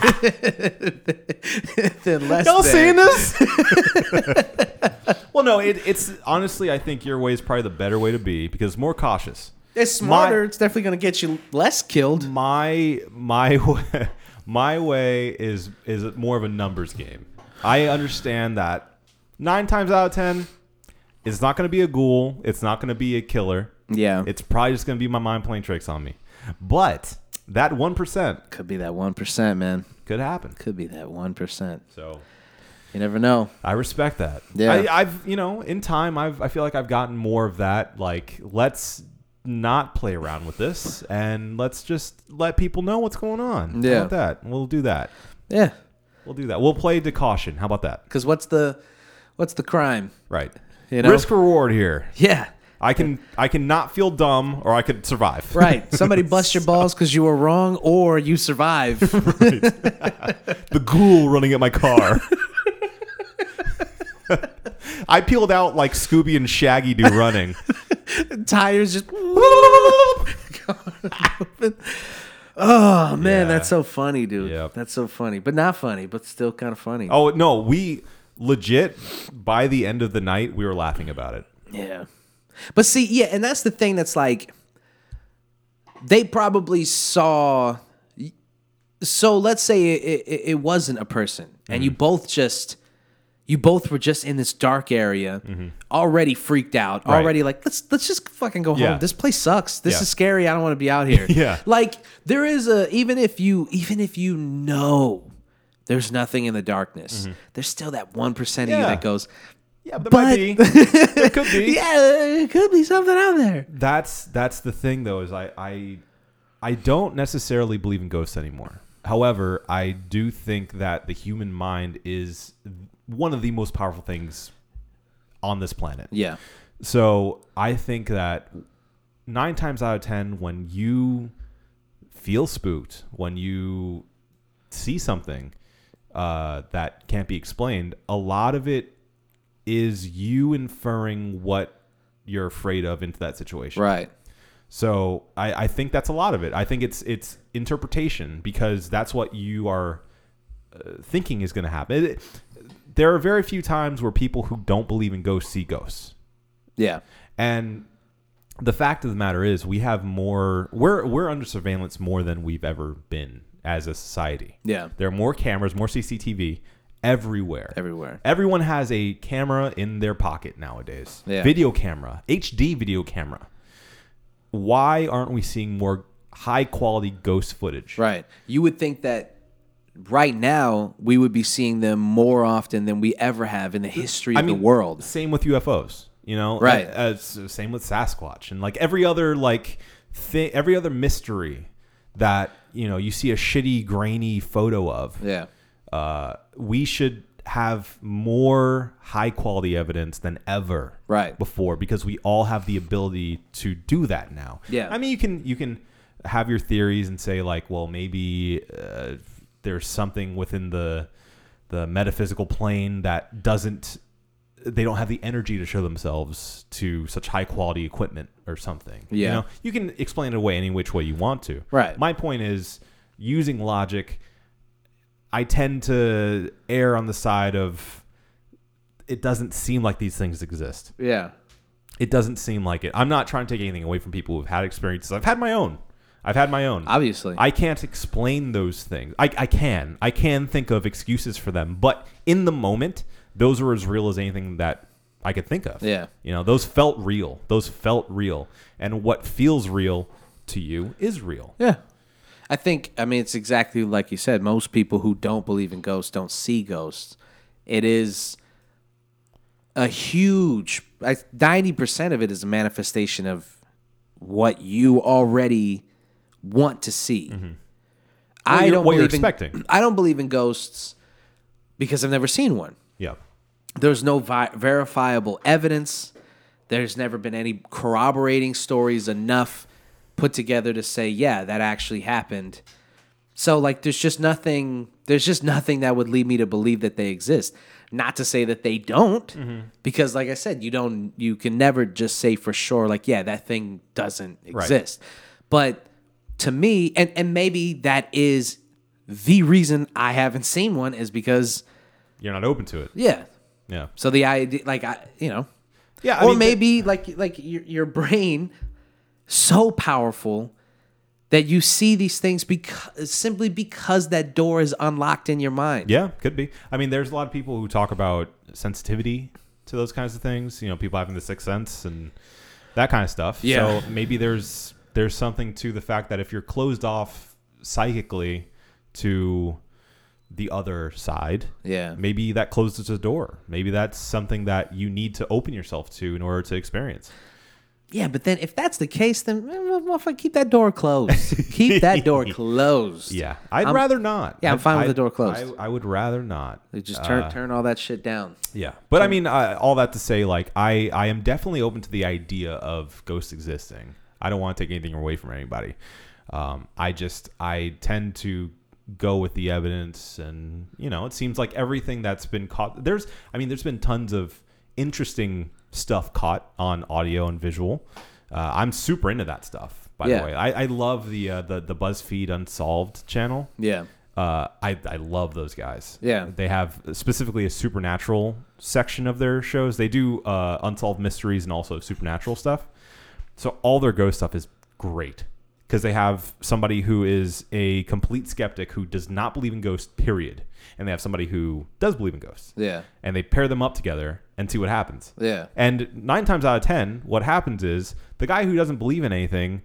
than less.
Y'all
than.
seeing this? well, no. It, it's honestly, I think your way is probably the better way to be because it's more cautious.
It's smarter. it's definitely going to get you less killed.
my my way, my way is is more of a numbers game. I understand that nine times out of ten, it's not going to be a ghoul. It's not going to be a killer.
Yeah. It
It's probably just going to be my mind playing tricks on me. But that one percent
could be that 1%, man.
could happen.
Could be that 1%.
So
You never know.
I respect that.
Yeah.
I, I've you know in time I've I feel like I've gotten more of that. Like let's not play around with this and let's just let people know what's going on. How
Yeah.
about that we'll do that.
Yeah.
We'll do that. We'll play to caution. How about that?
Cuz what's the what's the crime?
Right.
You know?
Risk reward here.
Yeah.
I can I can not feel dumb or I could survive.
Right. Somebody busts your balls cuz you were wrong or you survive.
the ghoul running at my car. I peeled out like Scooby and Shaggy do running.
Tires just Oh man,
Yeah.
that's so funny, dude.
Yep.
That's so funny, but not funny, but still kind of funny.
Oh no, we legit by the end of the night we were laughing about it.
Yeah. But see, yeah, and that's the thing that's like they probably saw so let's say it, it, it wasn't a person and
Mm-hmm.
you both just you both were just in this dark area
Mm-hmm.
already freaked out already like let's let's just fucking go
Yeah.
home this place sucks this
Yeah.
is scary i don't want to be out here
Yeah.
like there is a even if you even if you know there's nothing in the darkness there's still that 1% of you
Mm-hmm. Yeah.
that goes
Yeah, there
might
might be. there could be.
yeah, it could be something out there.
That's that's the thing though is I I I don't necessarily believe in ghosts anymore. However, I do think that the human mind is one of the most powerful things on this planet.
Yeah.
So I think that nine times out of ten, when you feel spooked, when you see something uh, that can't be explained, a lot of it is you inferring what you're afraid of into that situation.
Right.
So I, I think that's a lot of it. I think it's it's interpretation because that's what you are uh, thinking is going to happen. It- there are very few times where people who don't believe in ghosts see ghosts.
Yeah.
And the fact of the matter is, we have more. We're we're under surveillance more than we've ever been as a society.
Yeah.
there are more cameras, more CCTV everywhere.
Everywhere.
Everyone has a camera in their pocket nowadays.
Yeah.
Video camera, HD video camera. Why aren't we seeing more high quality ghost footage?
Right. You would think that right now we would be seeing them more often than we ever have in the history of the world.
Same with UFOs, you know.
Right.
Uh, uh, s- same with Sasquatch and like every other like thing, every other mystery that you know you see a shitty, grainy photo of.
Yeah.
Uh, we should have more high quality evidence than ever
Right.
before because we all have the ability to do that now.
Yeah.
I mean, you can you can have your theories and say like, well, maybe uh, there's something within the the metaphysical plane that doesn't they don't have the energy to show themselves to such high quality equipment or something.
Yeah.
You know, you can explain it away any which way you want to.
Right.
My point is using logic I tend to err on the side of it doesn't seem like these things exist.
Yeah.
It doesn't seem like it. I'm not trying to take anything away from people who've had experiences. I've had my own. I've had my own.
Obviously.
I can't explain those things. I, I can. I can think of excuses for them, but in the moment, those were as real as anything that I could think of.
Yeah.
You know, those felt real. Those felt real. And what feels real to you is real.
yeah. I think I mean it's exactly like you said most people who don't believe in ghosts don't see ghosts. It is a huge I- 90% of it is a manifestation of what you already want to see. I
you're-
don't
Mm-hmm. what you're
believe in-
expecting.
I don't believe in ghosts because I've never seen one.
Yeah.
There's no vi- verifiable evidence. There's never been any corroborating stories enough put together to say, yeah, that actually happened. So like there's just nothing there's just nothing that would lead me to believe that they exist. Not to say that they don't because like I said, you don't you can never just say for sure like yeah, that thing doesn't exist. But to me and and maybe that is the reason I haven't seen one is because
You're not open to it.
yeah,
Yeah.
so the idea, like I, you know,
Yeah. I
or
mean,
maybe like like your your brain so powerful that you see these things because simply because that door is unlocked in your mind.
Yeah, could be. I mean, there's a lot of people who talk about sensitivity to those kinds of things. You know, people having the sixth sense and that kind of stuff.
Yeah.
So maybe there's there's something to the fact that if you're closed off psychically to the other side,
Yeah.
maybe that closes the door. Maybe that's something that you need to open yourself to in order to experience.
Yeah, but then if that's the case, then eh, well, well, fuck, keep that door closed. keep that door closed.
Yeah, I'd
I'm-
rather not.
Yeah, I'm
I'd-
fine with
I'd-
the door closed.
I, I would rather not.
Just turn
Uh.
turn all that shit down.
Yeah, but I mean, uh, all that to say, like, I I am definitely open to the idea of ghosts existing. I don't want to take anything away from anybody. Um, I just I tend to go with the evidence, and you know, it seems like everything that's been caught. There's, I mean, there's been tons of interesting stuff caught on audio and visual. Uh, I'm super into that stuff. By
Yeah.
the way, I, I love the uh, the the BuzzFeed Unsolved channel.
Yeah.
Uh, I I love those guys.
Yeah.
they have specifically a supernatural section of their shows. They do uh, unsolved mysteries and also supernatural stuff. So all their ghost stuff is great because they have somebody who is a complete skeptic who does not believe in ghosts. Period. And they have somebody who does believe in ghosts.
Yeah.
And they pair them up together and see what happens.
Yeah.
And nine times out of ten, what happens is the guy who doesn't believe in anything,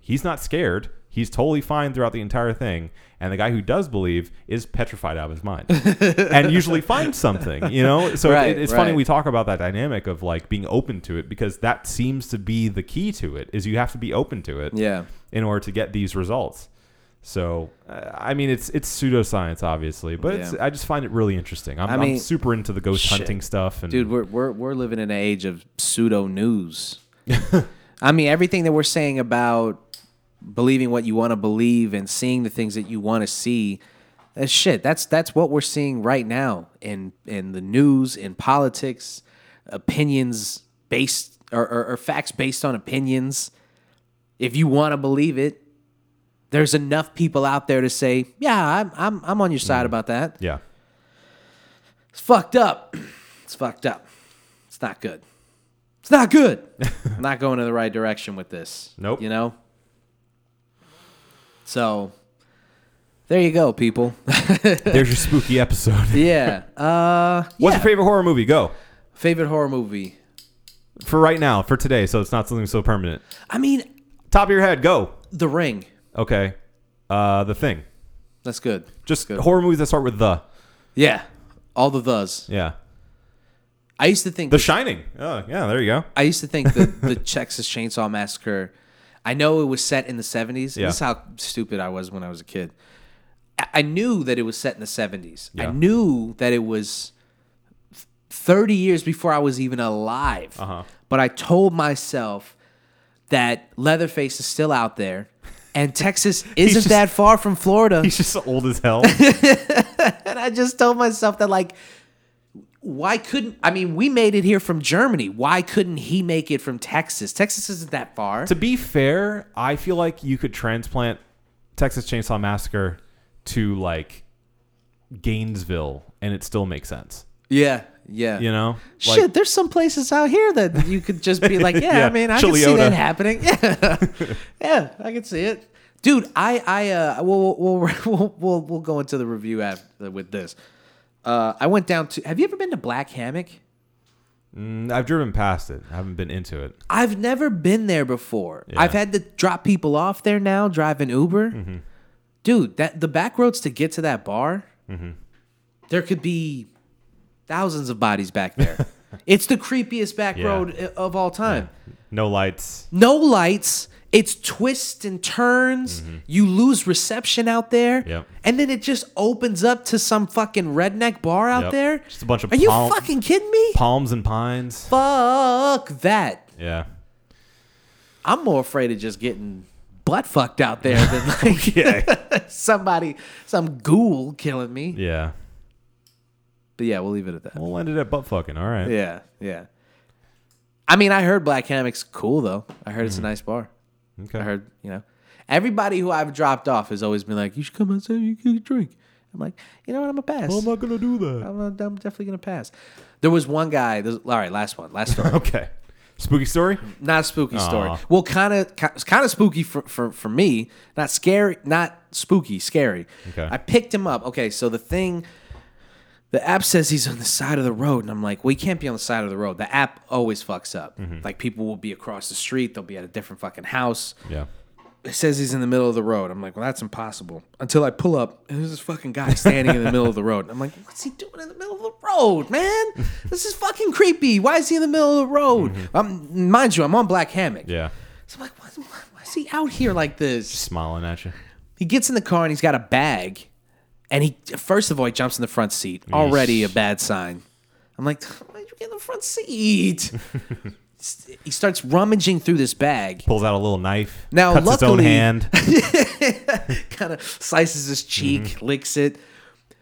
he's not scared. He's totally fine throughout the entire thing. And the guy who does believe is petrified out of his mind and usually finds something, you know? So it-
Right,
it's funny
right.
we talk about that dynamic of like being open to it because that seems to be the key to it is you have to be open to it
Yeah.
in order to get these results. So, uh, I mean, it's it's pseudoscience, obviously, but it's,
Yeah.
I just find it really interesting. I'm,
I
I am
mean,
super into the ghost
shit.
hunting stuff. And
Dude, we're we're we're living in an age of pseudo news. I mean, everything that we're saying about believing what you want to believe and seeing the things that you want to see, uh, shit, that's that's what we're seeing right now in in the news, in politics, opinions based or, or, or facts based on opinions. If you want to believe it, there's enough people out there to say, yeah, I'm I'm I'm on your side about that.
yeah.
It's fucked up. It's fucked up. It's not good. It's not good. I'm not going in the right direction with this.
Nope.
You know? So there you go, people.
There's your spooky episode.
yeah. Uh
What's
yeah.
your favorite horror movie? Go
favorite horror movie?
for right now, for today, so it's not something so permanent.
I mean,
Top of your head, go.
The Ring.
Okay, uh, the thing.
That's good.
Just horror movies that start with the.
Yeah. All the thes.
Yeah,
I used to think
The Shining. Oh, yeah, there you go.
I used to think that the Texas Chainsaw Massacre. I know it was set in the seventies.
Yeah.
This is how stupid I was when I was a kid. I- I knew that it was set in the seventies.
Yeah.
I knew that it was th- thirty years before I was even alive.
Uh-huh.
But I told myself that Leatherface is still out there, and Texas isn't
just-
that far from Florida.
He's just old as hell.
And I just told myself that like why couldn't I mean we made it here from Germany. Why couldn't he make it from Texas? Texas isn't that far.
to be fair, I feel like you could transplant Texas Chainsaw Massacre to like Gainesville, and it still makes sense.
yeah, yeah.
You know, like,
Shit, there's some places out here that you could just be like, yeah,
Yeah,
I mean, I can see
Chiliota.
that happening. Yeah, yeah, I can see it, dude. I, I, uh, we'll, we'll, we'll, we'll, we'll go into the review after with this. Uh, I went down to. Have you ever been to Black Hammock?
I've driven past it. I haven't been into it.
I've never been there before. I've had to drop people off there now, driving Uber.
Mm-hmm.
Dude, that the back roads to get to that bar,
Mm-hmm.
there could be thousands of bodies back there. it's the creepiest back
Yeah.
road i- of all time.
No lights.
No lights. It's twists and turns. You lose reception out there,
Mm-hmm. Yep.
and then it just opens up to some fucking redneck bar out
Yep.
there.
Just a bunch of
Are you
palm-
fucking kidding me?
Palms and pines.
Fuck that.
Yeah.
I'm more afraid of just getting butt fucked out there than like somebody, some ghoul killing me.
Yeah.
But yeah, we'll leave it at that.
We'll end it at butt fucking. All right.
Yeah, yeah. I mean, I heard Black Hammock's cool though. I heard it's
Mm-hmm.
a nice bar.
Okay.
I heard, you know, everybody who I've dropped off has always been like, "You should come outside, you get a drink." I'm like, you know what? I'm gonna pass.
I'm not gonna do that.
I'm, I'm definitely gonna pass. There was one guy. There's, all right, last one, last story.
Okay. Spooky story.
not a spooky story.
Aw.
Well, kind of, kind of spooky for, for for me. Not scary, not spooky, scary.
Okay.
I picked him up. Okay, so the thing, the app says he's on the side of the road, and I'm like, well, he can't be on the side of the road. The app always fucks up.
Mm-hmm.
Like people will be across the street, they'll be at a different fucking house.
Yeah.
It says he's in the middle of the road. I'm like, well, that's impossible. Until I pull up, and there's this fucking guy standing in the middle of the road. I'm like, what's he doing in the middle of the road, man? This is fucking creepy. Why is he in the middle of the road? I'm, mind you, I'm on Black Hammock.
Yeah.
So I'm like, why, why is he out here like this?
Smiling at you.
He gets in the car and he's got a bag. And he, first of all, he jumps in the front seat. Already a bad sign. I'm like, why'd you get in the front seat? he starts rummaging through this bag.
Pulls out a little knife.
Now,
cuts his own
luckily-
hand. Mm-hmm.
kind of slices his cheek, licks it.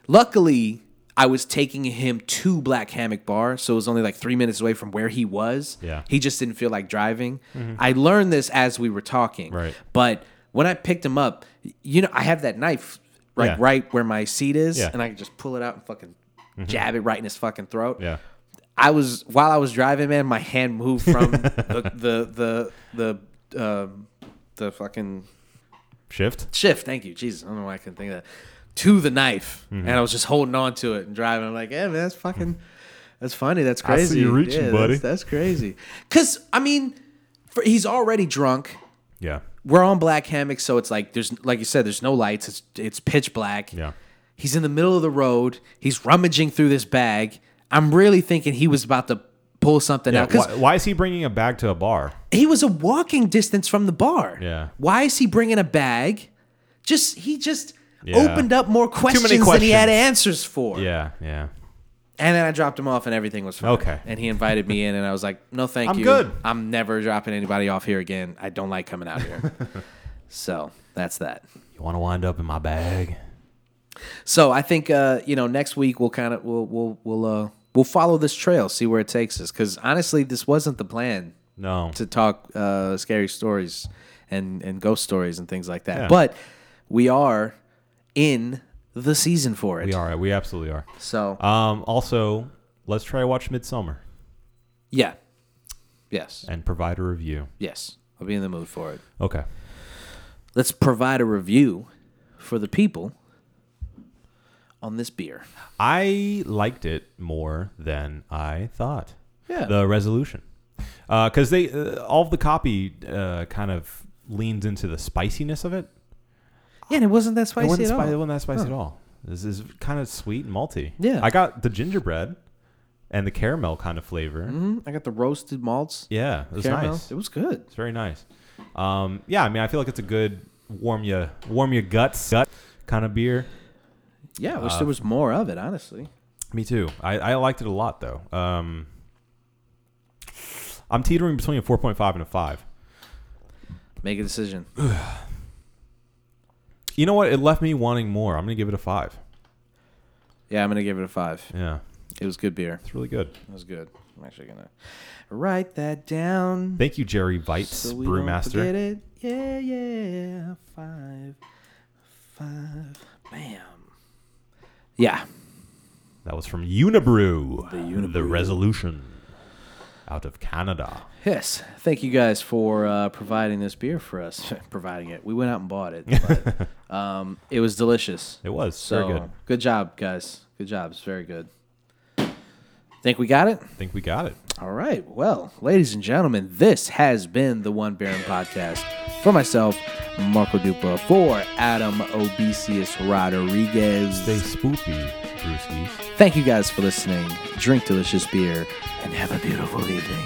Luckily, I was taking him to Black Hammock Bar, so it was only like three minutes away from where he was.
Yeah. Mm-hmm.
He just didn't feel like driving. I learned this as we were talking.
Right.
But when I picked him up, you know, I have that knife like
Yeah.
right where my seat is,
Yeah. Mm-hmm.
and I can just pull it out and fucking jab it right in his fucking throat.
Yeah.
I was while I was driving, man, my hand moved from the the the the um, the fucking
Shift.
shift. Thank you, Jesus. I don't know why I couldn't think of that. To the knife,
Mm-hmm.
and I was just holding on to it and driving. I'm like, yeah, man, that's fucking, that's funny. That's
I see
crazy.
you reaching,
Yeah,
buddy.
That's, that's crazy. Cause I mean, for, he's already drunk.
Yeah.
We're on black hammock, so it's like there's like you said, there's no lights. It's it's pitch black.
Yeah.
He's in the middle of the road. He's rummaging through this bag. I'm really thinking he was about to pull something
Yeah.
out because
Why, why is he bringing a bag to a bar?
he was a walking distance from the bar.
Yeah.
Why is he bringing a bag? Just he just
Yeah.
opened up more questions, than he had
questions.
answers for.
Yeah. Yeah.
And then I dropped him off, and everything was fine.
Okay.
And he invited me in, and I was like, "No, thank
I'm
you.
good.
I'm never dropping anybody off here again. I don't like coming out here." so that's that.
You want to wind up in my bag?
So I think uh, you know next week we'll kind of we'll we'll we'll uh, we'll follow this trail, see where it takes us. Because honestly, this wasn't the plan
No.
to talk uh, scary stories and and ghost stories and things like that.
Yeah.
But we are in the season for it.
We are. We absolutely are.
So
Um, also, let's try to watch Midsummer
yeah, yes,
and provide a review.
yes, I'll be in the mood for it.
Okay.
Let's provide a review for the people on this beer.
I liked it more than I thought.
Yeah.
The resolution, because they uh, all of the copy uh, kind of leans into the spiciness of it.
Yeah, and it wasn't that spicy
it wasn't,
at all.
spi- it wasn't that spicy at all. This is kind of sweet and malty.
Yeah.
I got the gingerbread and the caramel kind of flavor.
Mhm. I got the roasted malts.
Yeah, it was
caramel.
nice.
It was good.
It's very nice. Um, yeah, I mean, I feel like it's a good warm you warm your guts gut kind of beer.
Yeah, I
Uh,
wish there was more of it, honestly.
Me too. I, I liked it a lot though. Um, I'm teetering between a 4.5 and a 5.
Make a decision.
You know what? It left me wanting more. I'm gonna give it a five.
Yeah, I'm gonna give it a five.
Yeah,
It was good beer.
it's really good.
It was good. I'm actually gonna write that down.
Thank you, Jerry Bites,
we don't forget
brewmaster.
it. Yeah, yeah. Five, five. Bam. Yeah.
That was from Unibrew, the,
Unibrew.
Resolution, out of Canada.
Yes. Thank you guys for uh, providing this beer for us. providing it. We went out and bought it. But, um, it was delicious.
It was
So
very good.
good job, guys. Good job. It's very good. Think we got it?
I think we got it.
All right. Well, ladies and gentlemen, this has been the One Baron podcast. For myself, Marco Dupa, for Adam Obesius
Stay
Rodriguez.
spoopy, Brewskis.
Thank you guys for listening. Drink delicious beer and have a beautiful evening.